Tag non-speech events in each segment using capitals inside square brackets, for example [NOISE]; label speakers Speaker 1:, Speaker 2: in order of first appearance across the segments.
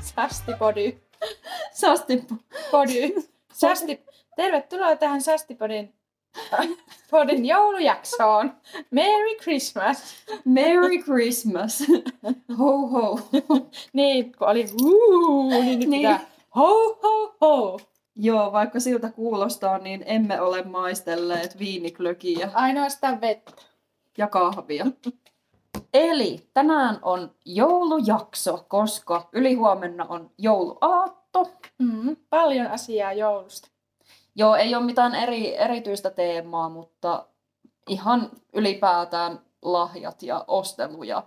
Speaker 1: Sasti Body.
Speaker 2: Sastippu.
Speaker 1: body. Sasti. Tervetuloa tähän Sastipodin podin joulujaksoon. Merry Christmas.
Speaker 2: Merry Christmas. Ho ho.
Speaker 1: Niin, kun oli huu, niin nyt
Speaker 2: Niin.
Speaker 1: niin. pitää ho ho ho.
Speaker 2: Joo, vaikka siltä kuulostaa, niin emme ole maistelleet viiniklökiä
Speaker 1: Ainoastaan vettä.
Speaker 2: ja kahvia. Eli tänään on joulujakso, koska ylihuomenna on jouluaatto.
Speaker 1: Mm, paljon asiaa joulusta.
Speaker 2: Joo, ei ole mitään eri, erityistä teemaa, mutta ihan ylipäätään lahjat ja osteluja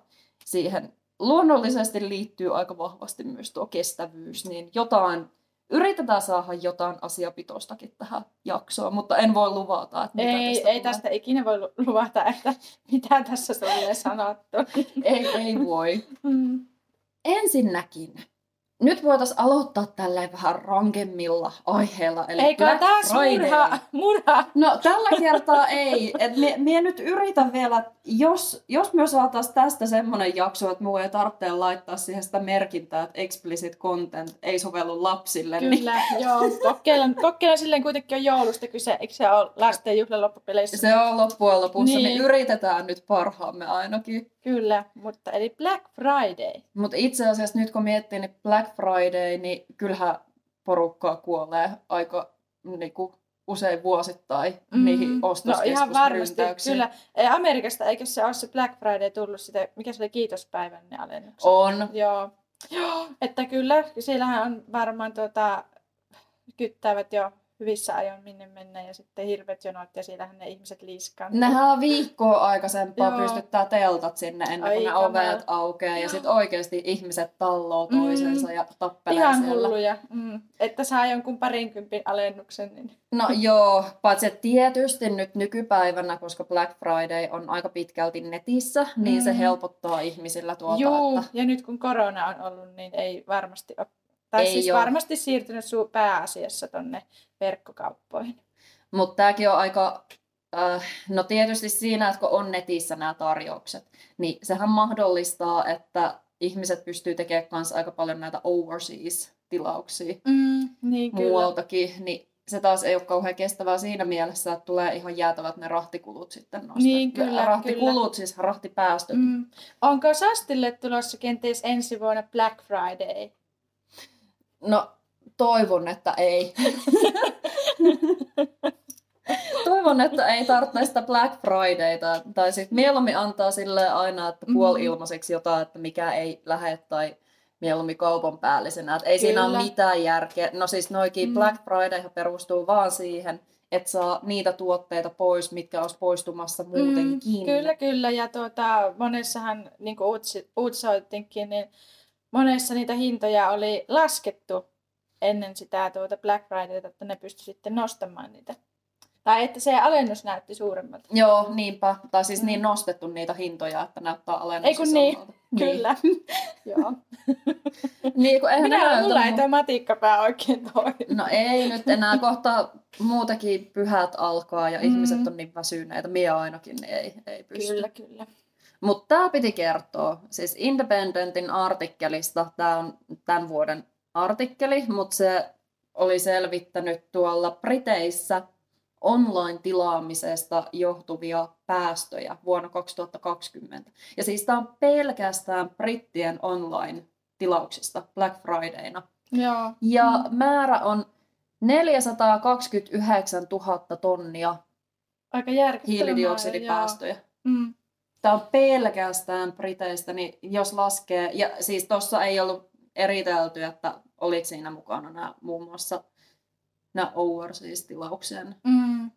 Speaker 2: siihen luonnollisesti liittyy aika vahvasti myös tuo kestävyys, niin jotain, yritetään saada jotain asiapitoistakin tähän jaksoon, mutta en voi luvata, että mitä
Speaker 1: Ei,
Speaker 2: tästä
Speaker 1: ei
Speaker 2: tulee.
Speaker 1: tästä ikinä voi lu- luvata, että mitä tässä tulee sanottu.
Speaker 2: Ei, ei voi.
Speaker 1: Mm.
Speaker 2: Ensinnäkin, nyt voitaisiin aloittaa tälleen vähän rankemmilla aiheilla, eli
Speaker 1: Eikä
Speaker 2: Black
Speaker 1: taas
Speaker 2: Friday.
Speaker 1: murha, murha.
Speaker 2: No tällä kertaa ei. Et mie, mie nyt yritän vielä, että jos, jos me saataisiin tästä semmoinen jakso, että minua ei tarvitse laittaa siihen sitä merkintää, että explicit content ei sovellu lapsille. Niin
Speaker 1: Kyllä, joo. Kokkeilla, kokkeilla silleen kuitenkin on joulusta kyse, eikö se ole lasten juhlan loppupeleissä?
Speaker 2: se on loppujen lopussa, niin. niin
Speaker 1: Niin.
Speaker 2: yritetään nyt parhaamme ainakin.
Speaker 1: Kyllä, mutta eli Black Friday.
Speaker 2: Mutta itse asiassa nyt kun miettii, niin Black Friday, niin kyllähän porukkaa kuolee aika niinku, usein vuosittain mm. niihin
Speaker 1: No ihan varmasti,
Speaker 2: ostoskeskusryntäyksiin.
Speaker 1: kyllä. Ei, Amerikasta eikö se ole se Black Friday tullut sitä, mikä se oli kiitospäivänne alennuksen?
Speaker 2: On.
Speaker 1: Joo. Joo, että kyllä, siellähän on varmaan tuota, kyttäävät jo hyvissä ajoin minne mennä ja sitten hirveät jonot ja siellähän ne ihmiset liiskaan.
Speaker 2: Nehän on viikkoa aikaisempaa
Speaker 1: Joo.
Speaker 2: pystyttää teltat sinne ennen kuin ne
Speaker 1: Ai kamala.
Speaker 2: ovet aukeaa ja sitten oikeasti ihmiset talloo
Speaker 1: Mm.
Speaker 2: toisensa ja tappelee
Speaker 1: Ihan
Speaker 2: siellä.
Speaker 1: hulluja. Mm. Että saa jonkun parinkympin alennuksen. Niin...
Speaker 2: No joo, paitsi että tietysti nyt nykypäivänä, koska Black Friday on aika pitkälti netissä, niin se
Speaker 1: Mm.
Speaker 2: helpottaa ihmisillä tuota,
Speaker 1: Juu,
Speaker 2: että
Speaker 1: ja nyt kun korona on ollut, niin ei varmasti ole. Tai
Speaker 2: Ei
Speaker 1: ei siis
Speaker 2: oo.
Speaker 1: ole. varmasti siirtynyt suu pääasiassa tonne verkkokauppoihin.
Speaker 2: Mutta tämäkin on aika, äh, no tietysti siinä, että kun on netissä nämä tarjoukset, niin sehän mahdollistaa, että ihmiset pystyy tekemään kanssa aika paljon näitä overseas-tilauksia.
Speaker 1: Mm, niin kyllä.
Speaker 2: muualtakin, niin se taas ei ole kauhean kestävää siinä mielessä, että tulee ihan jäätävät ne rahtikulut sitten nostaa.
Speaker 1: Niin, kyllä,
Speaker 2: Rahtikulut, siis rahtipäästöt. Mm.
Speaker 1: Mm. Onko Sastille tulossa kenties ensi vuonna Black Friday?
Speaker 2: No, toivon, että
Speaker 1: [LAUGHS]
Speaker 2: ei. toivon, että ei tarvitse sitä Black Fridayta. Tai sitten mieluummin antaa sille aina, että
Speaker 1: Mhm.
Speaker 2: puoli ilmaiseksi jotain, että mikä ei lähde tai mieluummin kaupan päällisenä. Et ei Kyllä. siinä ole
Speaker 1: Kyllä.
Speaker 2: mitään järkeä. No siis noikin
Speaker 1: Mm.
Speaker 2: mm. Black Friday perustuu vaan siihen, että saa niitä tuotteita pois, mitkä olisi poistumassa muutenkin.
Speaker 1: Mm, kyllä, kyllä. Ja tuota, monessahan, niin kuin uutsi- uutisoitinkin, niin monessa niitä hintoja oli laskettu ennen sitä tuota Black Fridayta, että ne pystyi sitten nostamaan niitä. Tai että se alennus näytti suuremmalta.
Speaker 2: Joo, niinpä. Tai siis niin
Speaker 1: Mm.
Speaker 2: nostettu niitä hintoja, että näyttää alennus.
Speaker 1: Ei kun niin.
Speaker 2: samalta. [LAUGHS]
Speaker 1: Kyllä. Joo.
Speaker 2: Niin, kun eihän ne
Speaker 1: Minä
Speaker 2: näytä
Speaker 1: mulla ei
Speaker 2: mu-
Speaker 1: tämä matikkapää oikein toimi.
Speaker 2: No ei nyt enää kohta muutakin pyhät alkaa ja mm.
Speaker 1: Mm.
Speaker 2: ihmiset on niin väsyneitä. Minä ainakin niin ei, ei pysty.
Speaker 1: Kyllä, kyllä.
Speaker 2: Mutta tämä piti kertoa. Siis Independentin artikkelista, tämä on tämän vuoden artikkeli, mutta se oli selvittänyt tuolla Briteissä online-tilaamisesta johtuvia päästöjä vuonna 2020. Ja siis tämä on pelkästään brittien online-tilauksista Black Fridayna.
Speaker 1: Joo.
Speaker 2: Ja määrä on 429 000 tonnia
Speaker 1: Aika järkyttävää.
Speaker 2: hiilidioksidipäästöjä.
Speaker 1: Mm.
Speaker 2: Tämä on pelkästään Briteistä, niin jos laskee, ja siis tuossa ei ollut eritelty, että oliko siinä mukana nämä muun muassa nämä overseas-tilauksen,
Speaker 1: Mm.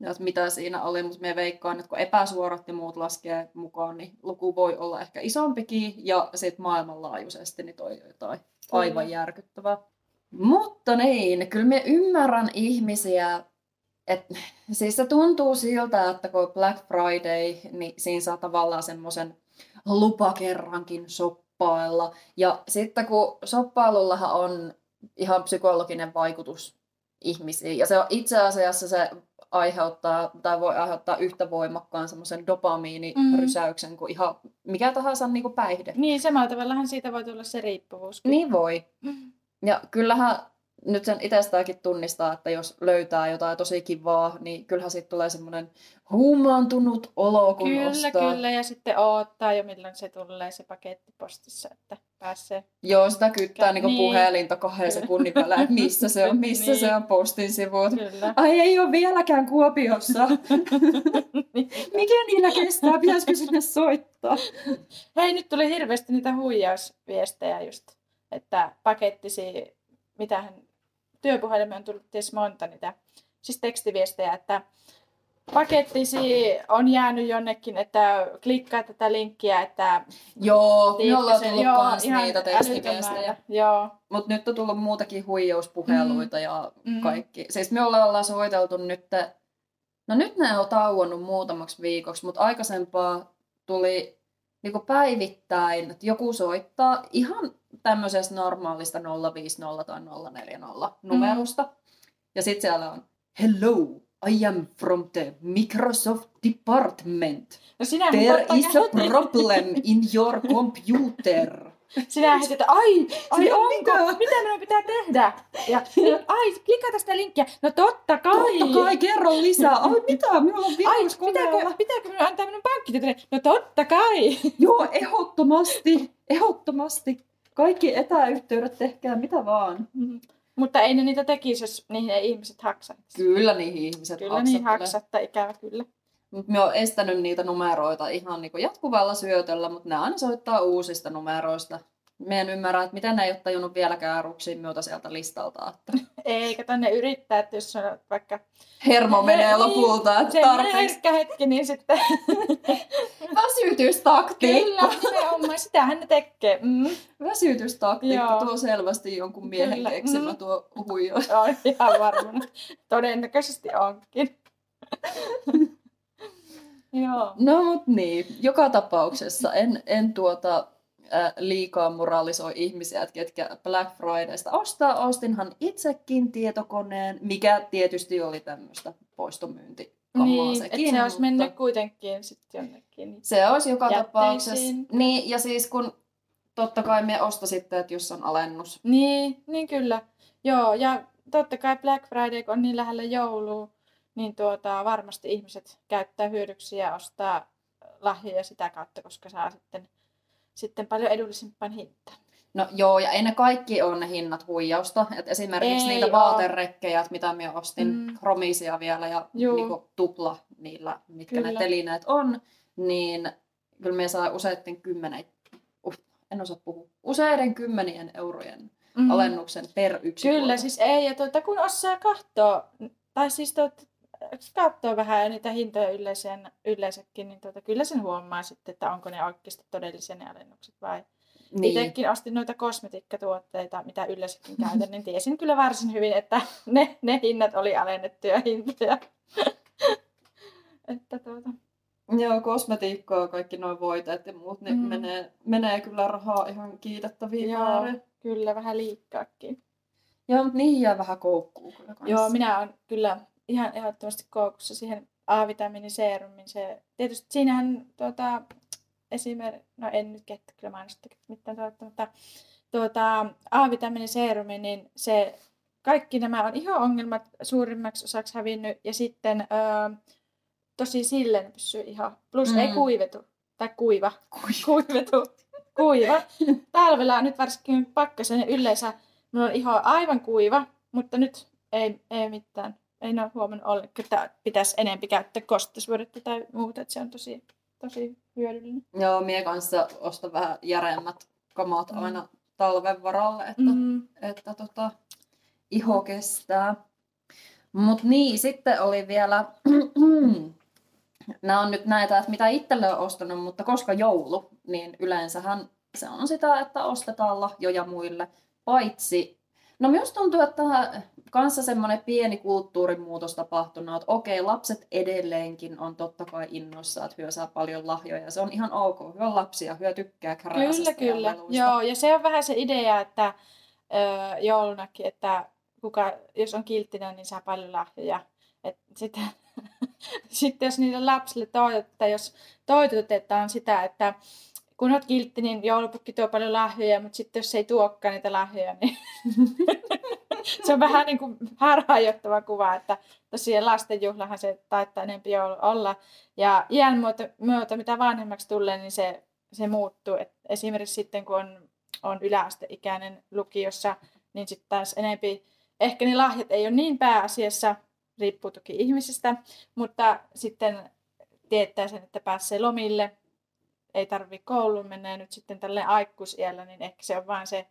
Speaker 2: ja että mitä siinä oli, mutta me veikkaan, että kun epäsuorat ja muut laskee mukaan, niin luku voi olla ehkä isompikin, ja sitten maailmanlaajuisesti niin toi on jotain aivan
Speaker 1: Kyllä.
Speaker 2: järkyttävää. Mutta niin, kyllä me ymmärrän ihmisiä, että siis se tuntuu siltä, että kun Black Friday, niin siinä saa tavallaan semmoisen lupakerrankin soppailla. Ja sitten kun soppailullahan on ihan psykologinen vaikutus ihmisiin, ja se on itse asiassa se aiheuttaa tai voi aiheuttaa yhtä voimakkaan semmoisen dopamiinirysäyksen kuin ihan mikä tahansa niin kuin päihde.
Speaker 1: Niin, samalla tavallahan siitä voi tulla se riippuvuus.
Speaker 2: Niin voi.
Speaker 1: Mm.
Speaker 2: Ja kyllähän nyt sen itsestäänkin tunnistaa, että jos löytää jotain tosi kivaa, niin kyllähän siitä tulee semmoinen huumaantunut olo, kun
Speaker 1: kyllä,
Speaker 2: ostaa.
Speaker 1: kyllä. Ja sitten odottaa jo milloin se tulee se paketti postissa, että pääsee.
Speaker 2: Joo, sitä kyttää niin.
Speaker 1: Niin. [LAUGHS]
Speaker 2: puhelinta kahden
Speaker 1: Kyllä.
Speaker 2: sekunnin välein, että missä se on, missä
Speaker 1: Niin.
Speaker 2: se on postin sivut.
Speaker 1: Kyllä.
Speaker 2: Ai ei ole vieläkään
Speaker 1: [LAUGHS]
Speaker 2: Kuopiossa.
Speaker 1: Niin.
Speaker 2: Mikä niillä kestää? Pitäisikö sinne soittaa?
Speaker 1: Hei, nyt tuli hirveästi niitä huijausviestejä just, että pakettisi, mitähän työpuhelimeen on tullut ties monta niitä, siis tekstiviestejä, että pakettisi on jäänyt jonnekin, että klikkaa tätä linkkiä, että...
Speaker 2: Joo, me
Speaker 1: tiedätkö
Speaker 2: ollaan
Speaker 1: sen?
Speaker 2: tullut
Speaker 1: Joo,
Speaker 2: kans
Speaker 1: ihan
Speaker 2: niitä
Speaker 1: älytön
Speaker 2: tekstiviestejä.
Speaker 1: määrä. Joo,
Speaker 2: Mutta nyt on tullut muutakin huijauspuheluita ja
Speaker 1: Mm.
Speaker 2: kaikki. Siis me ollaan, ollaan soiteltu nyt, no nyt ne on tauonnut muutamaksi viikoksi, mutta aikaisempaa tuli niinku päivittäin, että joku soittaa ihan tämmöisestä normaalista 050 tai 040
Speaker 1: Mm.
Speaker 2: numerosta. Ja sitten siellä on, hello, I am from the Microsoft department.
Speaker 1: no sinä
Speaker 2: There
Speaker 1: totta
Speaker 2: is a
Speaker 1: kai-
Speaker 2: problem in your computer. Siis
Speaker 1: Sinä heti, että ai, ai
Speaker 2: Sinä
Speaker 1: onko,
Speaker 2: mitä?
Speaker 1: mitä? minun pitää tehdä?
Speaker 2: [LAUGHS]
Speaker 1: Ja, ja ai, klikkaa tästä linkkiä, no totta kai.
Speaker 2: Totta kai, kerro lisää. Ai mitä, minulla on
Speaker 1: Ai,
Speaker 2: virus koneella.
Speaker 1: pitääkö, pitääkö minun antaa minun pankkitietoja? No totta kai.
Speaker 2: Joo, ehdottomasti, ehdottomasti. Kaikki etäyhteydet tehkää mitä vaan.
Speaker 1: Mm. Mutta ei ne niitä tekisi, jos niihin ei ihmiset haksaisi.
Speaker 2: Kyllä niihin ihmiset
Speaker 1: Kyllä niin haksatta, ikävä kyllä.
Speaker 2: Mut me oon estänyt niitä numeroita ihan niinku jatkuvalla syötöllä, mutta ne aina soittaa uusista numeroista. Me en ymmärrä, että miten ne ei ole tajunnut vieläkään ruksiin myötä sieltä listalta. Että
Speaker 1: Eikä tänne yrittää, että jos on vaikka
Speaker 2: hermo menee
Speaker 1: Niin,
Speaker 2: lopulta, että
Speaker 1: se
Speaker 2: tarpeeksi.
Speaker 1: herkkä hetki, niin [LAUGHS] sitten
Speaker 2: Väsytystaktiikka.
Speaker 1: kyllä, nimenomaan, sitähän ne tekee. Mm.
Speaker 2: Väsytystaktiikka
Speaker 1: Joo.
Speaker 2: tuo selvästi jonkun miehen
Speaker 1: Kyllä,
Speaker 2: keksimä
Speaker 1: mm.
Speaker 2: tuo huijaus.
Speaker 1: On ihan varmana. Todennäköisesti onkin. [LAUGHS] Joo.
Speaker 2: No mut niin, joka tapauksessa en, en tuota äh, liikaa moralisoi ihmisiä, että ketkä Black Fridaysta ostaa. Ostinhan itsekin tietokoneen, mikä tietysti oli tämmöistä poistomyyntikamaa
Speaker 1: Niin, että
Speaker 2: sekin.
Speaker 1: se olisi
Speaker 2: mutta
Speaker 1: mennyt kuitenkin sitten jonnekin. niin
Speaker 2: Se olisi joka
Speaker 1: jätteisiin.
Speaker 2: tapauksessa. Niin, ja siis kun totta kai me osta sitten, että jos on alennus.
Speaker 1: Niin, niin kyllä. Joo, ja totta kai Black Friday, kun on niin lähellä joulua, niin tuota, varmasti ihmiset käyttää hyödyksi ja ostaa lahjoja sitä kautta, koska saa sitten, sitten paljon edullisempaan hintaan.
Speaker 2: No joo, ja ei ne kaikki on ne hinnat huijausta. Et esimerkiksi
Speaker 1: Ei
Speaker 2: niitä
Speaker 1: oo.
Speaker 2: vaaterekkejä, että mitä minä ostin, mm.
Speaker 1: Mm.
Speaker 2: kromisia vielä ja
Speaker 1: Juu.
Speaker 2: niinku tupla niillä, mitkä kyllä. ne
Speaker 1: Kyllä.
Speaker 2: telineet on, niin kyllä me saa useiden kymmenen, uh, en osaa puhua, useiden kymmenien eurojen mm. alennuksen per yksi
Speaker 1: Kyllä, siis ei. Ja tuota, kun osaa katsoa, tai siis tuota, katsoo vähän niitä hintoja yleisen, yleensäkin, niin tuota, kyllä sen huomaa sitten, että onko ne oikeasti todellisia ne alennukset vai niin.
Speaker 2: niin.
Speaker 1: Itsekin ostin noita kosmetiikkatuotteita, mitä yleensäkin käytän, niin tiesin kyllä varsin hyvin, että ne, ne hinnat oli alennettuja hintoja. [LAUGHS] että tuota,
Speaker 2: Joo, kosmetiikkaa, kaikki noin voiteet ja muut, niin mm.
Speaker 1: Mm.
Speaker 2: menee, menee kyllä rahaa ihan kiitettäviin
Speaker 1: Joo.
Speaker 2: määrin.
Speaker 1: kyllä vähän liikkaakin.
Speaker 2: Joo, mutta niihin jää vähän koukkuu kyllä kanssa.
Speaker 1: Joo, minä olen kyllä ihan ehdottomasti koukussa siihen A-vitamiiniseerumin. Se, tietysti siinähän tuota, esimerkiksi, no en nyt kettä kyllä mainosta mitään tuota, mutta tuota, A-vitamiiniseerumi, niin se kaikki nämä on iho-ongelmat suurimmaksi osaksi hävinnyt ja sitten öö, tosi silleen pysyy iho. Plus mm. ei
Speaker 2: Mm.
Speaker 1: kuivetu tai kuiva.
Speaker 2: Kuiva.
Speaker 1: Kuivetu. Kuiva. Talvella nyt varsinkin pakkasen niin yleensä minulla on iho aivan kuiva, mutta nyt ei, ei mitään. En ole huomannut ollenkaan, että pitäisi enempi käyttää kosteusvuodetta tai muuta, että se on tosi, tosi hyödyllinen.
Speaker 2: Joo, mie kanssa ostan vähän järemmät kamat mm.
Speaker 1: Mm.
Speaker 2: aina talven varalle, että, mm.
Speaker 1: Mm.
Speaker 2: että tota, iho kestää. Mut niin, sitten oli vielä, [CLEARS THROAT] nämä on nyt näitä, että mitä itselle on ostanut, mutta koska joulu, niin yleensähän se on sitä, että ostetaan lahjoja muille, paitsi No myös tuntuu, että tähän kanssa semmoinen pieni kulttuurimuutos tapahtunut, että okei, lapset edelleenkin on totta kai innoissa, että hyö saa paljon lahjoja. ja Se on ihan ok, hyö on lapsia, hyö tykkää
Speaker 1: Kyllä,
Speaker 2: käräisestä
Speaker 1: kyllä. Joo, ja se on vähän se idea, että öö, joulunakin, että kuka, jos on kilttinen, niin saa paljon lahjoja. Et [LAUGHS] sitä, sitten jos niille lapsille toitotetaan, jos toitotetaan sitä, että kun olet kiltti, niin joulupukki tuo paljon lahjoja, mutta sitten jos ei tuokkaan niitä lahjoja, niin [LAUGHS] se on vähän niin kuin harhaanjohtava kuva, että tosiaan lastenjuhlahan se taittaa enempi joulu- olla. Ja iän myötä, myötä mitä vanhemmaksi tulee, niin se, se muuttuu. Et esimerkiksi sitten, kun on, on yläasteikäinen lukiossa, niin sitten taas enempi, ehkä ne lahjat ei ole niin pääasiassa, riippuu toki ihmisistä, mutta sitten tietää sen, että pääsee lomille, ei tarvi kouluun mennä ja nyt sitten tälle aikuisiellä, niin ehkä se on vaan se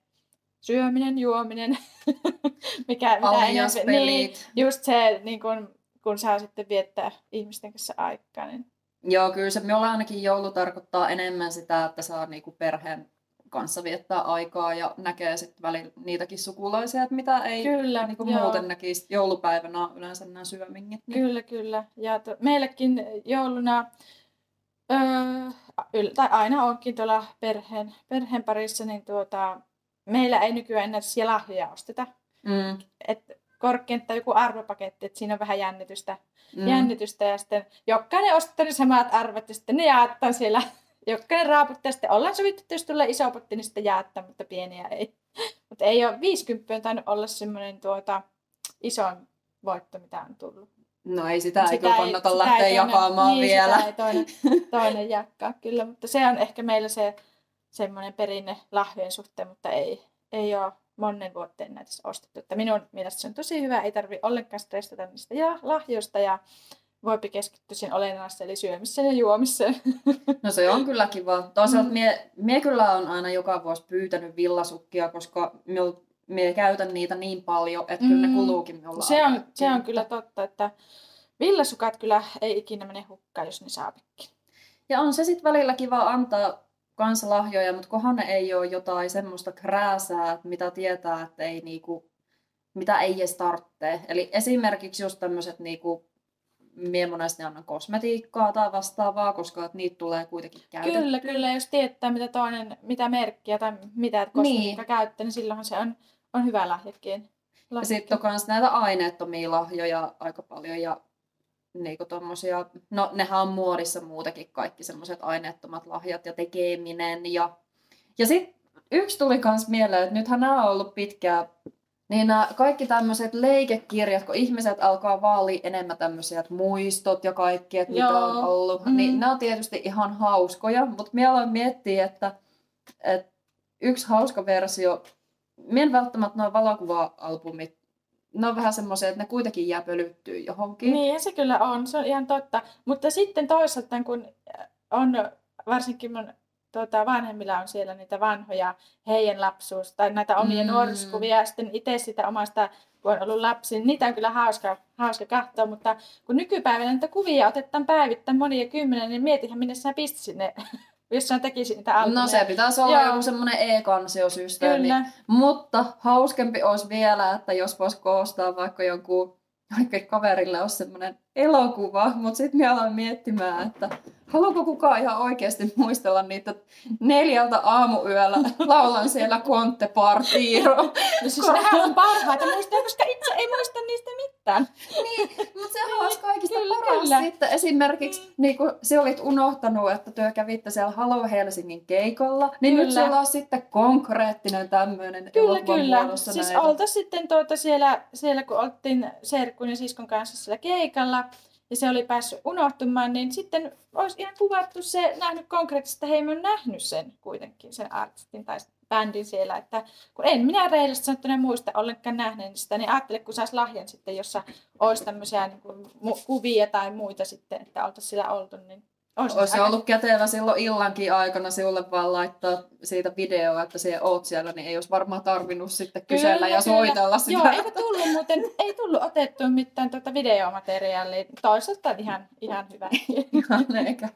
Speaker 1: syöminen, juominen, [LAUGHS] mikä mitä enemmän, niin,
Speaker 2: Paljaspelit.
Speaker 1: just se, niin kun, kun saa sitten viettää ihmisten kanssa aikaa, niin
Speaker 2: Joo, kyllä se minulla ainakin joulu tarkoittaa enemmän sitä, että saa niinku perheen kanssa viettää aikaa ja näkee sitten välillä niitäkin sukulaisia, että mitä ei
Speaker 1: kyllä,
Speaker 2: niinku
Speaker 1: joo.
Speaker 2: muuten näkisi joulupäivänä on yleensä nämä syömingit. Niin.
Speaker 1: Kyllä, kyllä. Ja to, meilläkin jouluna, öö, yl, tai aina onkin tuolla perheen, perheen parissa, niin tuota, meillä ei nykyään enää siellä lahjoja osteta.
Speaker 2: Mm,
Speaker 1: Et korkeintaan joku arvopaketti, että siinä on vähän jännitystä, mm.
Speaker 2: mm.
Speaker 1: jännitystä ja sitten jokainen ostaa ne samat arvot ja sitten ne jaetaan siellä. [LAUGHS] Jokainen raaputtaa sitten ollaan sovittu, että jos tulee iso potti, niin sitten jaetaan, mutta pieniä ei. [LAUGHS] Mutta ei ole 50 on tainnut olla semmoinen tuota, isoin voitto, mitä on tullut.
Speaker 2: No ei sitä,
Speaker 1: Mut
Speaker 2: ei kyllä kannata lähteä
Speaker 1: toinen-
Speaker 2: jakamaan
Speaker 1: niin,
Speaker 2: vielä.
Speaker 1: Sitä ei toinen, toinen jakaa kyllä, mutta se on ehkä meillä se semmoinen perinne lahjojen suhteen, mutta ei, ei ole monen vuoteen näitä ostettu. Että minun mielestä se on tosi hyvä, ei tarvi ollenkaan stressata niistä ja lahjoista ja voipi keskittyä siihen olennaiseen, eli syömiseen ja juomiseen.
Speaker 2: No se on kyllä kiva. Toisaalta
Speaker 1: Mm.
Speaker 2: mie, mie kyllä on aina joka vuosi pyytänyt villasukkia, koska mil, mie käytän niitä niin paljon, että kyllä ne
Speaker 1: Mm.
Speaker 2: kuluukin minulla.
Speaker 1: Se
Speaker 2: aika
Speaker 1: on, se on
Speaker 2: äkkiä.
Speaker 1: kyllä totta, että villasukat kyllä ei ikinä mene hukkaan, jos ne saapikin.
Speaker 2: Ja on se sitten välillä kiva antaa kansalahjoja, mutta kohan ne ei ole jotain semmoista krääsää, että mitä tietää, että ei niinku, mitä ei edes tarvitse. Eli esimerkiksi just tämmöiset niinku, mie monesti annan kosmetiikkaa tai vastaavaa, koska et niitä tulee kuitenkin käytettyä.
Speaker 1: Kyllä, kyllä. Jos tietää, mitä toinen, mitä merkkiä tai mitä kosmetiikka niin. käyttää, niin silloinhan se on, on hyvä lahjakin.
Speaker 2: Ja sitten on myös näitä aineettomia lahjoja aika paljon ja niinku tommosia, no nehän on muodissa muutenkin kaikki semmoiset aineettomat lahjat ja tekeminen ja, ja sitten yksi tuli myös mieleen, että nythän nämä on ollut pitkään, niin nämä kaikki tämmöiset leikekirjat, kun ihmiset alkaa vaalia enemmän tämmöisiä että muistot ja kaikki, että mitä on
Speaker 1: Joo.
Speaker 2: ollut,
Speaker 1: Mm.
Speaker 2: niin nämä on tietysti ihan hauskoja, mutta minä aloin miettiä, että, että yksi hauska versio, minä en välttämättä nuo valokuva-albumit ne on vähän semmoisia, että ne kuitenkin jää pölyttyy johonkin.
Speaker 1: Niinhän Niin, se kyllä on, se on ihan totta. Mutta sitten toisaalta, kun on varsinkin mun tuota, vanhemmilla on siellä niitä vanhoja heidän lapsuus tai näitä omia
Speaker 2: Mm.
Speaker 1: mm. nuoriskuvia ja sitten itse sitä omasta, kun on ollut lapsi, niin niitä on kyllä hauska, hauska katsoa, mutta kun nykypäivänä niitä kuvia otetaan päivittäin monia kymmenen, niin mietihän minne sinä pistäisit ne, [LAUGHS] jos sinä tekisit niitä albumia.
Speaker 2: No se pitäisi olla
Speaker 1: Joo.
Speaker 2: joku semmoinen e-kansiosysteemi.
Speaker 1: Kyllä.
Speaker 2: Mutta hauskempi olisi vielä, että jos voisi koostaa vaikka jonkun jollekin kaverille olisi semmoinen elokuva, mutta sitten minä aloin miettimään, että haluaako kukaan ihan oikeasti muistella niitä neljältä aamuyöllä laulan siellä Conte Partiro.
Speaker 1: No siis nehän on parhaita muistaa, koska itse ei muista niistä mitään.
Speaker 2: Mutta sehän olisi kaikista
Speaker 1: Niin, Kyllä,
Speaker 2: paras
Speaker 1: kyllä.
Speaker 2: sitten. Esimerkiksi niin kun se olit unohtanut, että työ kävitte siellä Halo Helsingin keikolla, niin kyllä. nyt
Speaker 1: Kyllä.
Speaker 2: siellä on sitten konkreettinen tämmöinen
Speaker 1: Kyllä,
Speaker 2: elokuvan
Speaker 1: kyllä.
Speaker 2: muodossa
Speaker 1: Siis
Speaker 2: näitä.
Speaker 1: olta sitten tuota siellä, siellä, kun oltiin serkun ja siskon kanssa siellä keikalla, ja se oli päässyt unohtumaan, niin sitten olisi ihan kuvattu se, nähnyt konkreettisesti, että hei, mä oon nähnyt sen kuitenkin, sen artistin tai bändin siellä, että kun en minä reilisesti sanottuna muista ollenkaan nähneen sitä, niin ajattele, kun saisi lahjan sitten, jossa olisi tämmöisiä niin kuin, mu- kuvia tai muita sitten, että oltaisiin siellä oltu, niin olisi
Speaker 2: Olisi
Speaker 1: aika-
Speaker 2: ollut kätevä silloin illankin aikana sinulle vaan laittaa siitä videoa, että siellä oot siellä, niin ei olisi varmaan tarvinnut sitten kysellä
Speaker 1: Kyllä,
Speaker 2: ja
Speaker 1: kyllä.
Speaker 2: soitella sitä.
Speaker 1: Joo, eikö tullut muuten, ei tullut otettua mitään tuota videomateriaalia. Toisaalta ihan, ihan
Speaker 2: [LAUGHS]
Speaker 1: hyvä.
Speaker 2: Ihan eikä.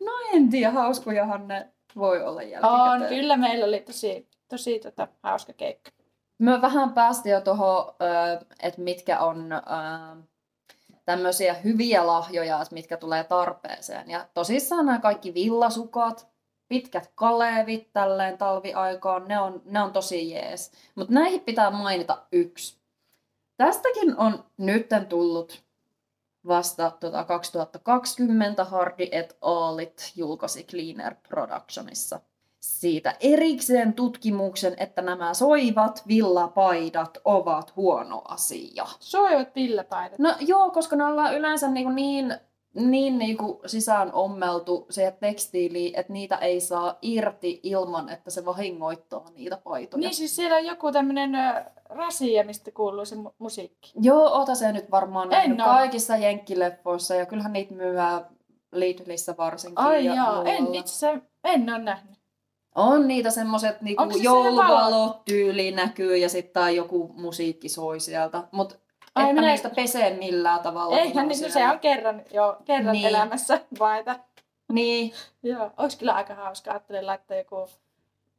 Speaker 2: No en tiedä, hauskojahan ne voi olla
Speaker 1: On,
Speaker 2: jälkikäteen.
Speaker 1: kyllä meillä oli tosi, tosi tota, hauska keikka.
Speaker 2: Me vähän päästiin jo tuohon, että mitkä on ö, tämmöisiä hyviä lahjoja, että mitkä tulee tarpeeseen. Ja tosissaan nämä kaikki villasukat, pitkät kalevit tälleen talviaikaan, ne on, ne on tosi jees. Mutta näihin pitää mainita yksi. Tästäkin on nytten tullut vasta tota 2020 Hardi et Aalit julkaisi Cleaner Productionissa. siitä erikseen tutkimuksen, että nämä soivat villapaidat ovat huono asia.
Speaker 1: Soivat villapaidat.
Speaker 2: No joo, koska ne ollaan yleensä niin, niin, niin, niin kuin sisään ommeltu siihen tekstiiliin, että niitä ei saa irti ilman, että se vahingoittaa niitä paitoja.
Speaker 1: Niin siis siellä on joku tämmöinen rasia, mistä kuuluu se mu- musiikki.
Speaker 2: Joo, ota se nyt varmaan
Speaker 1: En
Speaker 2: nähnyt
Speaker 1: oo.
Speaker 2: kaikissa jenkkileffoissa ja kyllähän niitä myyvää Lidlissä varsinkin.
Speaker 1: Ai
Speaker 2: ja
Speaker 1: jaa, en niin.
Speaker 2: muualla.
Speaker 1: itse asiassa, en ole nähnyt.
Speaker 2: On niitä semmoset niinku
Speaker 1: Onks se siinä
Speaker 2: jouluvalot tyyli näkyy ja sitten tai joku musiikki soi sieltä. Mutta
Speaker 1: Ai
Speaker 2: että
Speaker 1: minä-
Speaker 2: niistä pesee millään tavalla. kun
Speaker 1: Eihän,
Speaker 2: on
Speaker 1: niin, no se
Speaker 2: siellä.
Speaker 1: on kerran, joo, kerran
Speaker 2: Niin.
Speaker 1: niin. elämässä [LAUGHS] vaita.
Speaker 2: Niin,
Speaker 1: Joo, olisi kyllä aika hauska. Ajattelin laittaa joku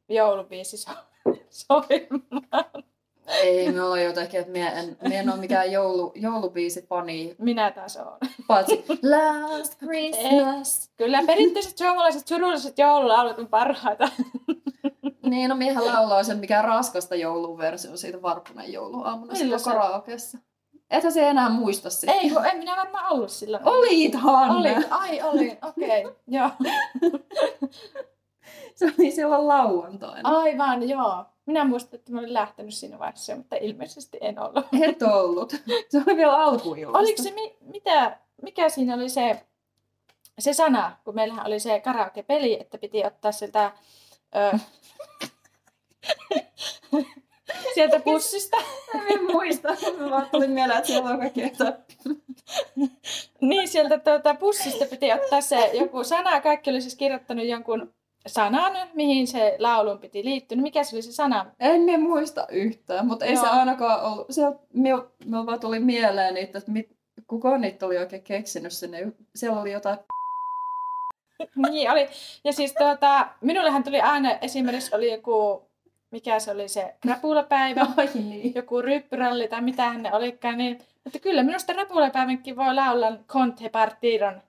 Speaker 1: joulubiisi so- [LAUGHS] soimaan.
Speaker 2: ei me olla jotenkin, että minä en, minä en ole mikään joulu, joulubiisifani,
Speaker 1: Minä taas olen.
Speaker 2: paitsi Last Christmas.
Speaker 1: Kyllä perinteiset suomalaiset surulliset joululaulut on parhaita. Eh.
Speaker 2: Niin, no miehän laulaa sen mikään raskasta jouluversio siitä varpunen jouluaamuna
Speaker 1: Milloin
Speaker 2: sitten
Speaker 1: se-
Speaker 2: karaokeessa. Ethän se enää muista sitä.
Speaker 1: Ei, kun en minä varmaan ollut silloin.
Speaker 2: Olithan!
Speaker 1: Oli, ai oli, okei, okay. joo.
Speaker 2: Se oli silloin lauantaina.
Speaker 1: Aivan, joo. Minä muistan, että mä olin lähtenyt siinä vaiheessa, mutta ilmeisesti en ollut.
Speaker 2: Et ollut. Se oli vielä alkuillasta.
Speaker 1: Oliko se, mi- mitä, mikä siinä oli se, se sana, kun meillähän oli se karaoke-peli, että piti ottaa sieltä, [LAUGHS] ö, sieltä pussista.
Speaker 2: [LAUGHS] En muista. Mä vaan tuli mieleen, että siellä on kaikki jotain.
Speaker 1: Niin, sieltä tuota, pussista piti ottaa se joku sana. Kaikki oli siis kirjoittanut jonkun sanan, mihin se laulun piti liittyä. No Mikä se oli se sana?
Speaker 2: En me muista yhtään, mutta ei se
Speaker 1: Joo.
Speaker 2: ainakaan ollut. Se, me, me vaan tuli mieleen niitä, että mit, kuka niitä oli oikein keksinyt sinne. Siellä oli jotain [LAUGHS]
Speaker 1: Niin oli. Ja siis tuota, minullehan tuli aina esimerkiksi oli joku, mikä se oli se rapulapäivä,
Speaker 2: Ai niin.
Speaker 1: joku ryppyralli tai mitä ne olikaan, niin että kyllä minusta rapulapäivänkin voi laulaa Conte Partidon.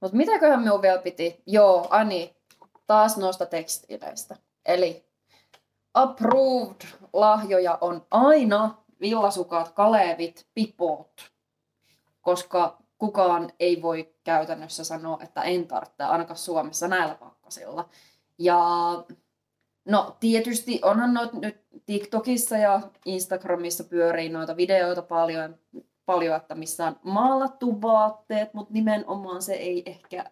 Speaker 2: Mutta mitäköhän minun vielä piti? Joo, Ani, taas noista tekstiileistä. Eli approved lahjoja on aina villasukat, kalevit, pipot. Koska kukaan ei voi käytännössä sanoa, että en tarvitse ainakaan Suomessa näillä pakkasilla. Ja no tietysti onhan noit nyt TikTokissa ja Instagramissa pyörii noita videoita paljon, paljon, että missä on maalattu vaatteet, mutta nimenomaan se ei ehkä,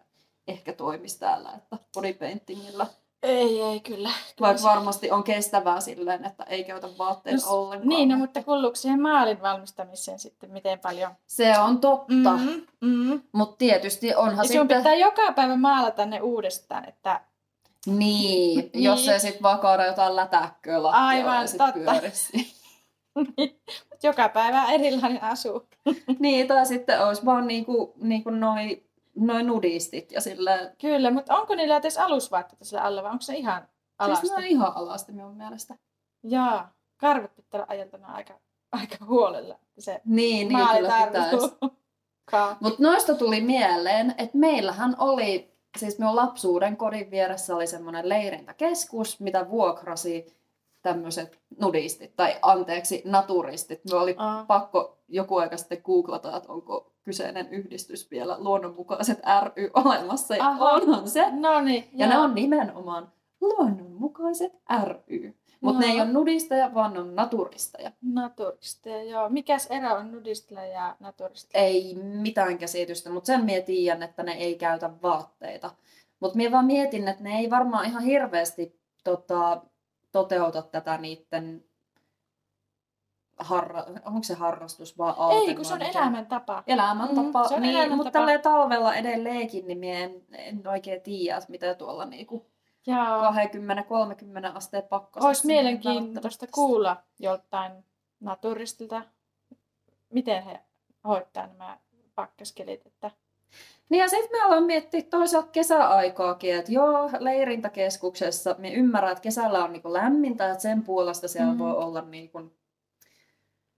Speaker 2: ehkä toimisi täällä, että bodypaintingillä.
Speaker 1: Ei, ei, kyllä.
Speaker 2: Vaikka varmasti on kestävää silleen, että ei käytä vaatteita
Speaker 1: No,
Speaker 2: ollenkaan.
Speaker 1: Niin, no, mutta kuuluuko siihen maalin valmistamiseen sitten miten paljon?
Speaker 2: Se on totta, mm.
Speaker 1: Mm, mm.
Speaker 2: mutta tietysti onhan
Speaker 1: Ja Niin sinun
Speaker 2: sitten...
Speaker 1: pitää joka päivä maalata ne uudestaan, että [LAUGHS]
Speaker 2: Niin, niin, jos
Speaker 1: Niin.
Speaker 2: ei sitten vaan kaada jotain lätäkköä lattialle
Speaker 1: Aivan,
Speaker 2: ja sit
Speaker 1: totta.
Speaker 2: pyörisi. [LAUGHS]
Speaker 1: niin, joka päivä erilainen asuu.
Speaker 2: niin, tai sitten olisi vaan niinku, niinku noin noi nudistit ja silleen...
Speaker 1: Kyllä, mutta onko niillä edes alusvaatteita sillä alla vai onko se ihan alasti?
Speaker 2: Siis ne on ihan alasti minun mielestä.
Speaker 1: Jaa, karvat pitää olla ajeltana aika, aika huolella. että Se
Speaker 2: Niin, niin
Speaker 1: maali
Speaker 2: kyllä pitäisi.
Speaker 1: tarttuu. [LAUGHS] Ka-
Speaker 2: Mutta noista tuli mieleen, että meillähän oli, siis minun lapsuuden kodin vieressä oli semmoinen leirintäkeskus, mitä vuokrasi tämmöiset nudistit, tai anteeksi, naturistit. Me oli
Speaker 1: Aa.
Speaker 2: pakko joku aika sitten googlata, että onko kyseinen yhdistys vielä luonnonmukaiset ry olemassa, ja
Speaker 1: Aha.
Speaker 2: onhan se.
Speaker 1: No niin,
Speaker 2: Ja
Speaker 1: joo.
Speaker 2: ne on nimenomaan luonnonmukaiset ry. Mutta ne ei
Speaker 1: Joo.
Speaker 2: ole nudisteja, vaan ne on naturisteja.
Speaker 1: Naturisteja, joo. Mikäs ero on nudistilla ja naturistilla?
Speaker 2: ei mitään käsitystä, mutta sen mie tiedän, että ne ei käytä vaatteita. Mutta mie vaan mietin, että ne ei varmaan ihan hirveästi tota, toteuta tätä niiden, harra, onko se harrastus vaan aate?
Speaker 1: Ei, kun se on
Speaker 2: vai mikä?
Speaker 1: elämäntapa.
Speaker 2: Elämäntapa,
Speaker 1: Mm, se on
Speaker 2: niin,
Speaker 1: elämäntapa.
Speaker 2: mutta tälleen talvella edelleenkin, niin mie en, en oikein tiedä, että mitä tuolla niinku
Speaker 1: Joo.
Speaker 2: 20-30 asteen pakkasessa.
Speaker 1: Olisi
Speaker 2: niin
Speaker 1: mielenkiintoista
Speaker 2: välttämättä.
Speaker 1: kuulla joltain naturistilta, miten he hoitaa nämä pakkaskelit. Että...
Speaker 2: Niin ja sitten me ollaan miettiä toisaalta kesäaikaakin, että joo, leirintäkeskuksessa me ymmärrän, että kesällä on niinku lämmintä, että sen puolesta siellä mm.
Speaker 1: Mm.
Speaker 2: voi olla niinku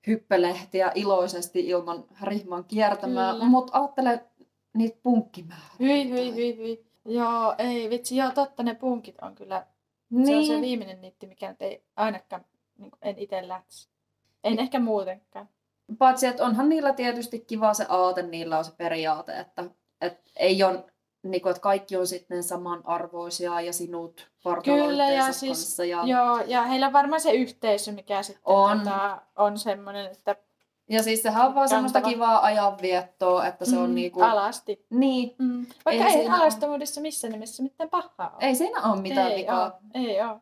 Speaker 2: hyppelehtiä iloisesti ilman rihman kiertämää,
Speaker 1: Kyllä.
Speaker 2: mutta ajattele niitä punkkimääriä.
Speaker 1: Hyi, hyi, hyi, hyi. Joo, ei vitsi. Joo, totta, ne punkit on kyllä
Speaker 2: Niin.
Speaker 1: Se on se viimeinen niitti, mikä nyt ei ainakaan, niin en itse lähtisi.
Speaker 2: Niin.
Speaker 1: En ehkä muutenkaan.
Speaker 2: Paitsi, että onhan niillä tietysti kiva se aate, niillä on se periaate, että, että ei ole niin kuin, että kaikki on sitten samanarvoisia ja sinut
Speaker 1: Kyllä, ja
Speaker 2: partneraloitteensa
Speaker 1: siis-
Speaker 2: kanssa. Ja,
Speaker 1: Joo, ja heillä on varmaan se yhteisö, mikä sitten
Speaker 2: On.
Speaker 1: on, tota, on semmoinen, että
Speaker 2: ja siis sehän on vaan semmoista
Speaker 1: Kantava. Mm,
Speaker 2: kivaa ajanviettoa, että se on niinku,
Speaker 1: alasti.
Speaker 2: niin,
Speaker 1: Mm. Vaikka
Speaker 2: Ei
Speaker 1: ei,
Speaker 2: siinä
Speaker 1: alastomuudessa missään nimessä mitään pahaa ole.
Speaker 2: ei siinä ole mitään
Speaker 1: ei
Speaker 2: vikaa.
Speaker 1: oo, ei ole.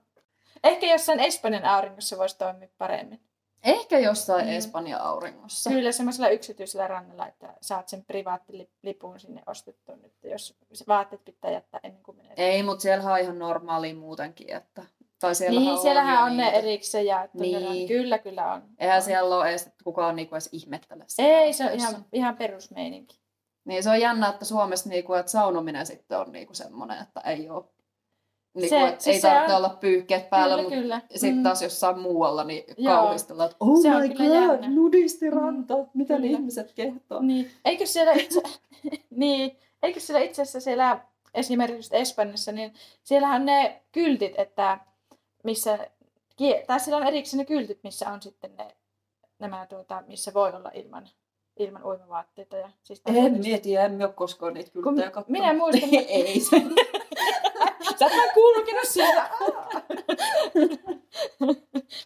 Speaker 1: Ehkä jossain Espanjan auringossa voisi toimia paremmin.
Speaker 2: Ehkä jossain
Speaker 1: Mm.
Speaker 2: Espanjan auringossa.
Speaker 1: Kyllä semmoisella yksityisellä rannalla, että saat sen privaattilipun sinne ostettua nyt, jos se vaatteet pitää jättää ennen kuin menee.
Speaker 2: Ei, mutta siellähän on ihan normaalia muutenkin. Että... Tai siellähän
Speaker 1: niin,
Speaker 2: on
Speaker 1: siellähän
Speaker 2: jo
Speaker 1: on ne
Speaker 2: niitä.
Speaker 1: erikseen jaettu. ne
Speaker 2: Niin.
Speaker 1: rannat. Kyllä, kyllä on.
Speaker 2: Eihän
Speaker 1: On.
Speaker 2: siellä ole edes, että kukaan niinku edes ihmettele sitä.
Speaker 1: Ei, se on
Speaker 2: töissä.
Speaker 1: ihan, ihan perusmeininki.
Speaker 2: Niin se on jännä, että Suomessa niinku, että saunominen sitten on niinku semmoinen, että ei ole. Niinku,
Speaker 1: Se-
Speaker 2: et
Speaker 1: siis
Speaker 2: ei
Speaker 1: se
Speaker 2: tarvitse
Speaker 1: on-
Speaker 2: olla pyyhkeet päällä,
Speaker 1: kyllä,
Speaker 2: mutta
Speaker 1: kyllä.
Speaker 2: sitten
Speaker 1: Mm.
Speaker 2: taas jossain muualla niin
Speaker 1: Joo.
Speaker 2: kauhistellaan, että oh
Speaker 1: Se on
Speaker 2: my
Speaker 1: kyllä
Speaker 2: god,
Speaker 1: jännä. Mm.
Speaker 2: nudistiranta, miten
Speaker 1: Kyllä.
Speaker 2: ihmiset kehtoo.
Speaker 1: Niin. Eikö siellä itse, [LAUGHS] niin, eikö siellä itse asiassa siellä esimerkiksi Espanjassa, niin siellähän on ne kyltit, että missä, kie- tai siellä on erikseen ne kyltit, missä on sitten ne, nämä tuota, missä voi olla ilman, ilman uimavaatteita. Ja, siis
Speaker 2: En mieti, emme ole koskaan niitä
Speaker 1: Kun
Speaker 2: kylttejä katsonut.
Speaker 1: minä
Speaker 2: [LAUGHS]
Speaker 1: muistan,
Speaker 2: ei se.
Speaker 1: Sä et vaan kulkenut siellä.